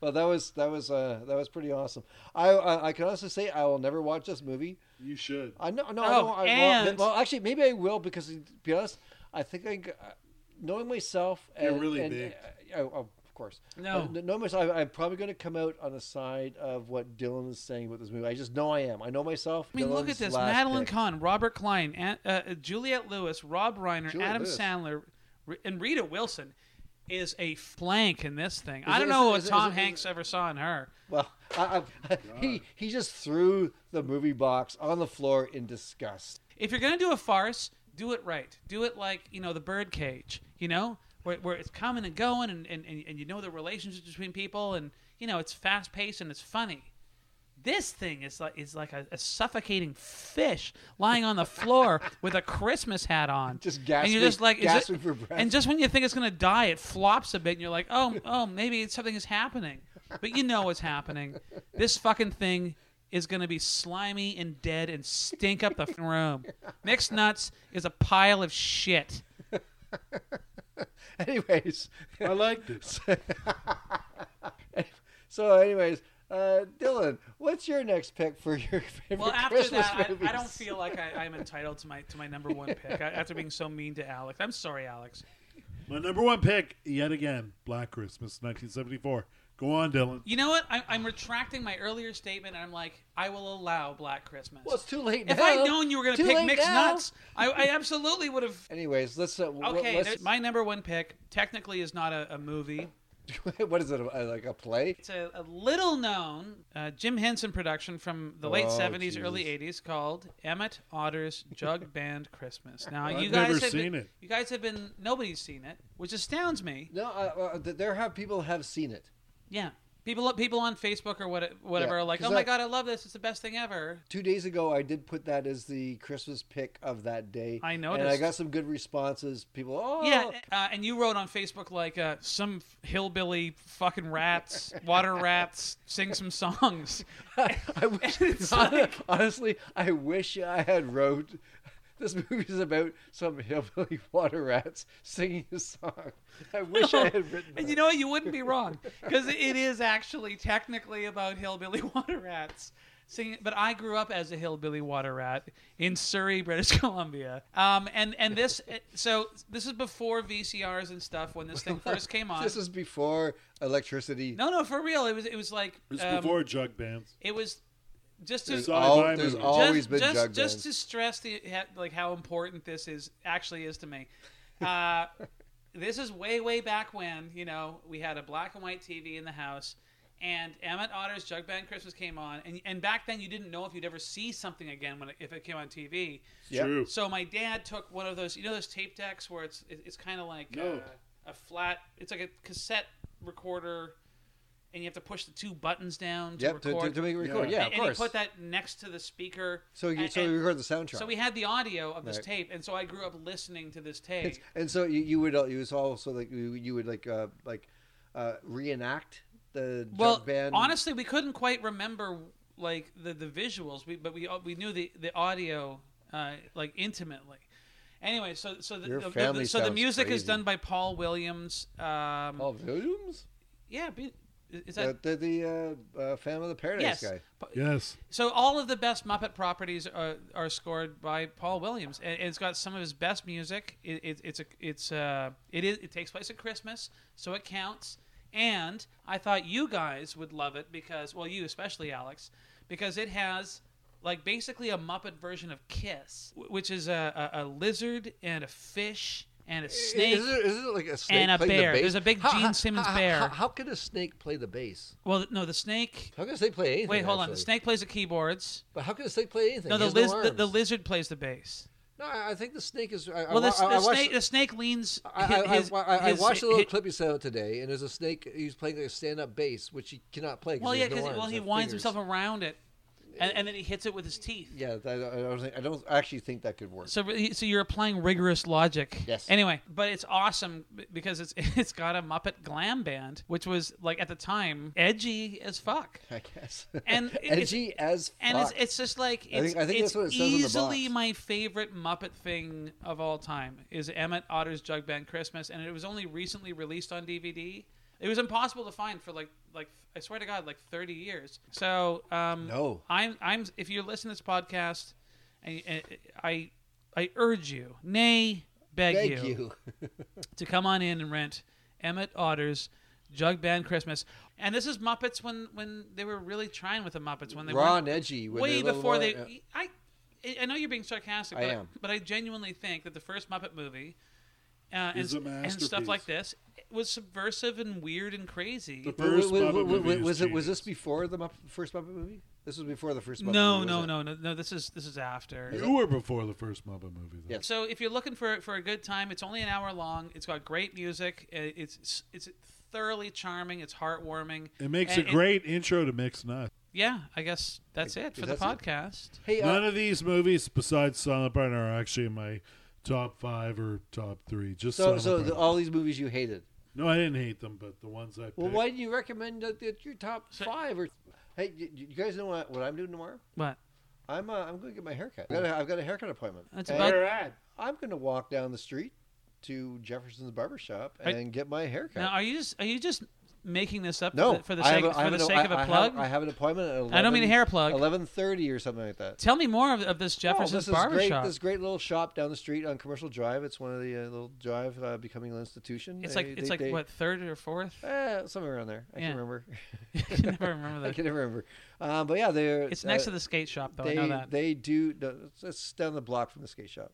B: well, that was that was uh, that was pretty awesome. I, I I can also say I will never watch this movie.
G: you should.
B: I know, no,
A: Oh,
B: I don't. I, well,
A: and-
B: well, actually, maybe I will because to be honest, I think I, uh, knowing myself,
G: You're
B: and,
G: really
B: and,
G: big.
B: uh, oh, oh, of course.
A: No.
B: But knowing myself, I, I'm probably going to come out on the side of what Dylan is saying about this movie. I just know I am. I know myself.
A: I mean, look at
B: Dylan's
A: this:
B: last
A: Madeline
B: pick.
A: Kahn, Robert Klein, An- uh, uh, Juliette Lewis, Rob Reiner,
B: Juliette
A: Adam
B: Lewis.
A: Sandler, R- and Rita Wilson is a flank in this thing.
B: it-
A: I don't
B: is
A: know
B: it-
A: what
B: is it-
A: Tom
B: is it- is
A: Hanks ever saw in her.
B: Well, I, I, he he just threw the movie box on the floor in disgust.
A: If you're gonna do a farce, do it right. Do it like you know the Birdcage. You know where, where it's coming and going, and, and, and, and you know the relationships between people, and you know it's fast paced and it's funny. This thing is like is like a, a suffocating fish lying on the floor with a Christmas hat on,
B: Just
A: and
B: gasping-
A: you're just like is it-
B: gasping for breath.
A: And just when you think it's gonna die, it flops a bit, and you're like, oh oh maybe it's, something is happening, but you know what's happening. This fucking thing is gonna be slimy and dead and stink up the fucking room. Mixed nuts is a pile of shit.
B: Anyways,
G: I liked it.
B: so anyways, uh, Dylan, what's your next pick for your favorite
A: Well, after
B: Christmas
A: that,
B: movies?
A: I, I don't feel like I, I'm entitled to my to my number one pick I, after being so mean to Alex. I'm sorry, Alex.
G: My number one pick, yet again, Black Christmas, 1974. Go on, Dylan.
A: You know what? I'm, I'm retracting my earlier statement, and I'm like, I will allow Black Christmas.
B: Well, it's too late
A: if
B: now.
A: I'd known you were going to
B: Too
A: pick
B: late
A: mixed
B: now.
A: nuts, I, I absolutely would have.
B: Anyways, let's. Uh, w-
A: Okay,
B: let's,
A: there's- my number one pick technically is not a, a movie.
B: what is it a- like a play?
A: It's a, a little known uh, Jim Henson production from the late
B: Oh,
A: 70s, early
B: Jesus.
A: 80s called Emmett Otter's Jug Band Christmas. Now,
G: I've
A: you guys have
G: never
A: been-
G: seen it.
A: You guys have been, nobody's seen it, which astounds me.
B: No, I, uh, th- there have people have seen it.
A: Yeah. People, people on Facebook or what, whatever
B: Yeah,
A: are like,
B: 'cause
A: oh my
B: I-
A: God, I love this. It's the best thing ever.
B: Two days ago, I did put that as the Christmas pick of that day.
A: I
B: and I
A: noticed.
B: got some good responses. People, oh,
A: Yeah, uh, and you wrote on Facebook like uh, some hillbilly fucking rats, water rats, sing some songs.
B: I wish. honestly, I wish I had wrote. This movie is about some hillbilly water rats singing a song. I wish I had written.
A: And
B: that.
A: you know what? You wouldn't be wrong because it is actually technically about hillbilly water rats. Singing, but I grew up as a hillbilly water rat in Surrey, British Columbia. Um, and and this, so this is before VCRs and stuff when this thing first came on.
B: this is before electricity.
A: no, no, for real. It was it was like
G: It's
A: um,
G: before jug bands.
A: It was just to
G: There's
B: All-
G: Sci-fi
B: there's
G: movies.
B: always
A: just,
B: been
A: just,
B: jug
A: just
B: bands.
A: to stress the ha- like how important this is actually is to me. Uh, this is way way back when you know we had a black and white TV in the house, and Emmett Otter's Jug Band Christmas came on, and and back then you didn't know if you'd ever see something again when it, if it came on TV.
B: Yep.
G: True.
A: So my dad took one of those, you know, those tape decks where it's it, it's kind of like
G: No.
A: uh, a flat. It's like a cassette recorder, and you have to push the two buttons down to
B: Yep, to,
A: record.
B: to, to make it record.
G: Yeah.
B: Yeah,
A: and,
B: of
A: and
B: course.
A: he put that next to the speaker.
B: so you
A: and-
B: so
A: and-
B: you record the soundtrack.
A: so we had the audio of this
B: Right.
A: tape, and so I grew up listening to this tape.
B: It's, and so you, you would uh, you was also like you, you would like uh like uh reenact the
A: well,
B: jug band.
A: honestly, we couldn't quite remember like the the visuals, we, but we uh, we knew the the audio uh, like intimately. Anyway, so so the,
B: Your
A: the- the-
B: family
A: so the
B: sounds
A: music is
B: crazy.
A: done by Paul Williams. Um,
B: Paul Williams,
A: Yeah, be, is that
B: the the, the uh, uh, fan of the Paradise
A: yes?
B: guy.
A: Pa-
G: Yes.
A: So all of the best Muppet properties are, are scored by Paul Williams, and and it's got some of his best music. It, it, it's a, it's uh, it is it takes place at Christmas, so it counts. And I thought you guys would love it because, well, you especially, Alex, because it has like basically a Muppet version of Kiss, wh- which is a, a, a lizard and a fish and a snake.
B: Is it, is it like a snake
A: and a
B: playing
A: bear.
B: The bass?
A: There's a big
B: How-
A: Gene
B: how-
A: Simmons
B: how-
A: bear.
B: How, how could a snake play the bass?
A: Well, no, the snake.
B: How could a snake play anything?
A: Wait, hold on. The
B: actually?
A: snake plays the keyboards.
B: But how could a snake play anything?
A: No,
B: He
A: the,
B: has
A: liz- the,
B: arms.
A: the lizard plays the bass.
B: No, I I think the snake is. I,
A: Well,
B: I,
A: the,
B: wa- I,
A: the
B: I watched,
A: snake the snake leans.
B: I, I,
A: his-
B: I, I, I
A: his-
B: watched a little
A: his-
B: clip he set out today, and there's a snake. He's playing like a stand-up bass, which he cannot play.
A: Well,
B: he
A: yeah,
B: has no
A: because
B: arms,
A: well he
B: no
A: winds
B: fingers.
A: himself around it, and, and then he hits it with his teeth.
B: Yeah, I don't, I don't think- I don't actually think that could work.
A: So really- so you're applying rigorous logic.
B: Yes.
A: Anyway, but it's awesome b- because it's it's got a Muppet glam band, which was like at the time edgy as fuck.
B: I guess.
A: And it- it's-
B: edgy as fuck.
A: And it's, it's just like it's,
B: I think- I think
A: it's
B: that's what it says on the
A: easily
B: box.
A: my favorite Muppet thing of all time is Emmett Otter's Jug Band Christmas, and it was only recently released on DVD. It was impossible to find for like like I swear to God like thirty years. So um,
B: No.
A: I'm I'm if you're listening to this podcast, and, and I I urge you, nay, beg
B: Thank you.
A: to come on in and rent Emmett Otter's Jug Band Christmas. And this is Muppets when when they were really trying with the Muppets when they
B: Raw
A: were
B: and edgy. with
A: way
B: their little
A: before
B: eye-
A: they.
B: yeah.
A: I I know you're being sarcastic.
B: I
A: but
B: am.
A: but I genuinely think that the first Muppet movie uh, and,
G: Is a
A: and stuff
G: masterpiece.
A: like this was subversive and weird and crazy.
G: The
B: Wa- wa-
G: first
B: wa-
G: Muppet
B: wa- wa-
G: movie is
B: was it? Was
G: genius.
B: this before the Mupp- first Muppet movie? This was before the first. Muppet
A: no,
B: movie,
A: no,
B: was it?
A: no, no, no. This is this is after.
G: You were before the first Muppet movie. Though.
B: Yes.
A: So if you're looking for for a good time, it's only an hour long. It's got great music. Uh, It's it's thoroughly charming. It's heartwarming.
G: It makes
A: And
G: a great intro to Mixed Nuts.
A: yeah, I guess that's it for the
B: That's it.
A: podcast.
B: Hey, uh,
G: None of these movies besides Silent Partner are actually in my top five or top three. Just
B: so
G: Silent
B: so the,
G: Partner.
B: all these movies you hated.
G: no, I didn't hate them, but the ones I picked.
B: Well, why did you recommend that, that your top five? Or hey, you, you guys know what, what I'm doing tomorrow?
A: What?
B: I'm uh, I'm going to get my haircut. I've got a, I've got a haircut appointment.
A: That's
B: And
A: about-
B: I'm going to walk down the street to Jefferson's barber shop
A: Are-
B: and get my haircut.
A: Now, are you just are you just making this up
B: no,
A: for the, for the
B: I have
A: sake
B: a- I
A: for
B: have
A: the
B: an-
A: sake
B: I-
A: of a
B: I
A: plug?
B: Have, I have an appointment at 11,
A: I don't mean a hair plug.
B: Eleven thirty or something like that.
A: Tell me more of, of this
B: Oh,
A: Jefferson's
B: this is
A: barber
B: great.
A: shop.
B: This great little shop down the street on Commercial Drive. It's one of the uh, little drive uh, becoming an institution.
A: it's
B: They-
A: like it's
B: they-
A: like
B: they-
A: what third or fourth?
B: Eh, somewhere around there. I
A: Yeah.
B: can't remember.
A: I can never remember
B: I
A: that.
B: can't remember. Um, but yeah, they're
A: It's next
B: uh,
A: to the skate shop, though.
B: they,
A: I know that.
B: They do. no, it's- It's down the block from the skate shop.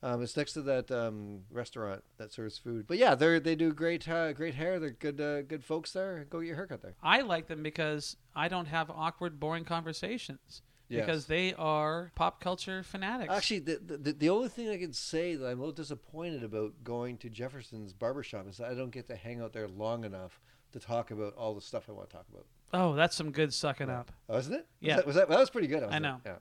B: Um, it's next to that um, restaurant that serves food. But yeah, they they do great uh, great hair. They're good uh, good folks there. Go get your haircut there.
A: I like them because I don't have awkward, boring conversations.
B: Yes.
A: Because they are pop culture fanatics.
B: Actually, the, the the only thing I can say that I'm a little disappointed about going to Jefferson's barbershop is that I don't get to hang out there long enough to talk about all the stuff I want to talk about.
A: oh, that's some good sucking up.
B: Wasn't it? Was
A: Yeah.
B: that, was that, that was pretty good.
A: I
B: wasn't it?
A: know.
B: Yeah.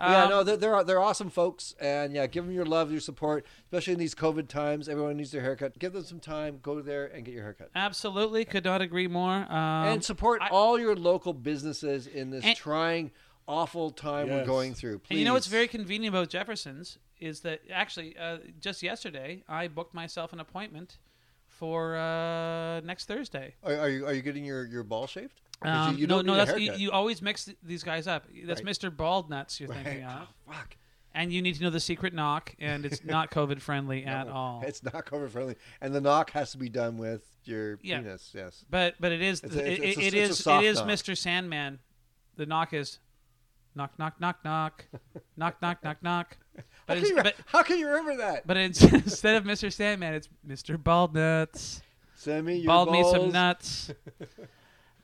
B: yeah,
A: Um,
B: no, they're, they're they're awesome folks, and yeah, give them your love, your support, especially in these COVID times. Everyone needs their haircut. Give them some time. Go there and get your haircut,
A: Absolutely, could not agree more. Um,
B: and support
A: I-
B: all your local businesses in this
A: And-
B: trying, awful time we're
G: Yes.
B: going through. Please.
A: And you know what's very convenient about Jefferson's is that actually uh, just yesterday I booked myself an appointment for uh, next Thursday.
B: Are, are you are you getting your your ball shaved? 'Cause
A: Um,
B: you, you
A: no,
B: don't
A: no,
B: need a
A: that's you,
B: haircut.
A: you always mix th- these guys up. That's
B: Right.
A: Mr. Bald Nuts you're thinking
B: Right.
A: of,
B: Oh, fuck.
A: and you need to know the secret knock, and it's not COVID friendly at
B: No,
A: all.
B: It's not COVID friendly, and the knock has to be done with your
A: Yeah.
B: penis. Yes.
A: But but it is
B: It's
A: the-
B: a-
A: it,
B: it's a-
A: it
B: it's a
A: is it
B: soft
A: is
B: knock.
A: Mr. Sandman. The knock is knock knock knock knock knock knock knock knock.
B: How
A: But,
B: can,
A: it's,
B: you, re-
A: but
B: how can you remember that?
A: but it's, instead of Mr. Sandman, it's Mr. Bald Nuts.
B: Send me your
A: Bald me
B: balls.
A: some nuts.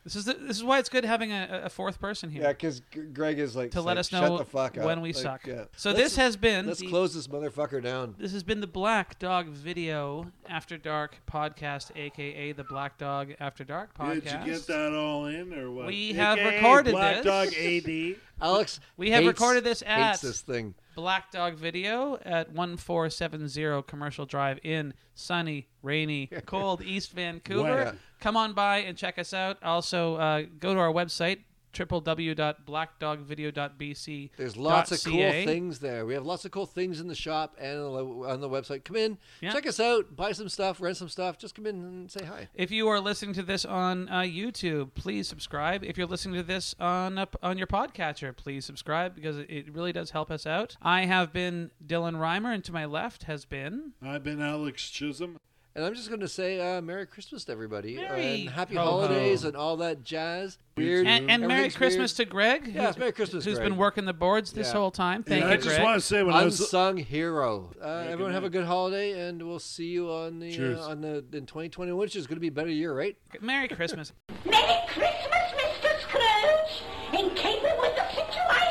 A: This is the, this is why it's good having a, a fourth person here
B: Yeah, because Greg is like
A: to
B: it's
A: let
B: like,
A: us
B: "Shut
A: know
B: the fuck up."
A: when we
B: Like,
A: suck.
B: yeah.
A: So
B: Let's-
A: this has been
B: Let's
A: the-
B: close this motherfucker down.
A: This has been the Black Dog Video After Dark podcast, aka the Black Dog After Dark podcast.
G: Did you get that all in or what?
A: We have recorded
G: Black
A: this.
G: Dog AD.
B: Alex,
A: We have
B: hates-
A: recorded this at-
B: hates this thing.
A: Black Dog Video at 1470 Commercial Drive in sunny, rainy, cold East Vancouver.
G: Wow.
A: Come on by and check us out. Also, uh, go to our website www.blackdogvideo.bc.
B: There's lots of cool
A: .ca.
B: things there. We have lots of cool things in the shop and on the, on the website. Come in,
A: Yeah.
B: check us out, buy some stuff, rent some stuff. Just come in and say hi.
A: If you are listening to this on uh, YouTube, please subscribe. If you're listening to this on up on your podcatcher, please subscribe because it, it really does help us out. I have been Dylan Reimer, and to my left has been
G: I've been Alex Chisholm.
B: And I'm just going to say uh, Merry Christmas to everybody.
A: Merry
B: and Happy
A: ho-ho.
B: holidays and all that jazz. Weird.
A: and, and Merry
B: everything's
A: Christmas
B: weird.
A: to Greg, who's
B: it's Merry Christmas,
A: who's
B: Greg.
A: been working the boards this
B: Yeah.
A: whole time. Thank
G: And
A: you,
G: I just
A: Greg.
G: want to say when I was
B: Unsung hero. Uh, everyone
G: good
B: have a
G: night.
B: good holiday, and we'll see you on the
G: Cheers.
B: uh, on the in 2021, which is going to be a better year, right?
A: Merry Christmas.
H: Merry Christmas, Mr. Scrooge, and keep it with the situation.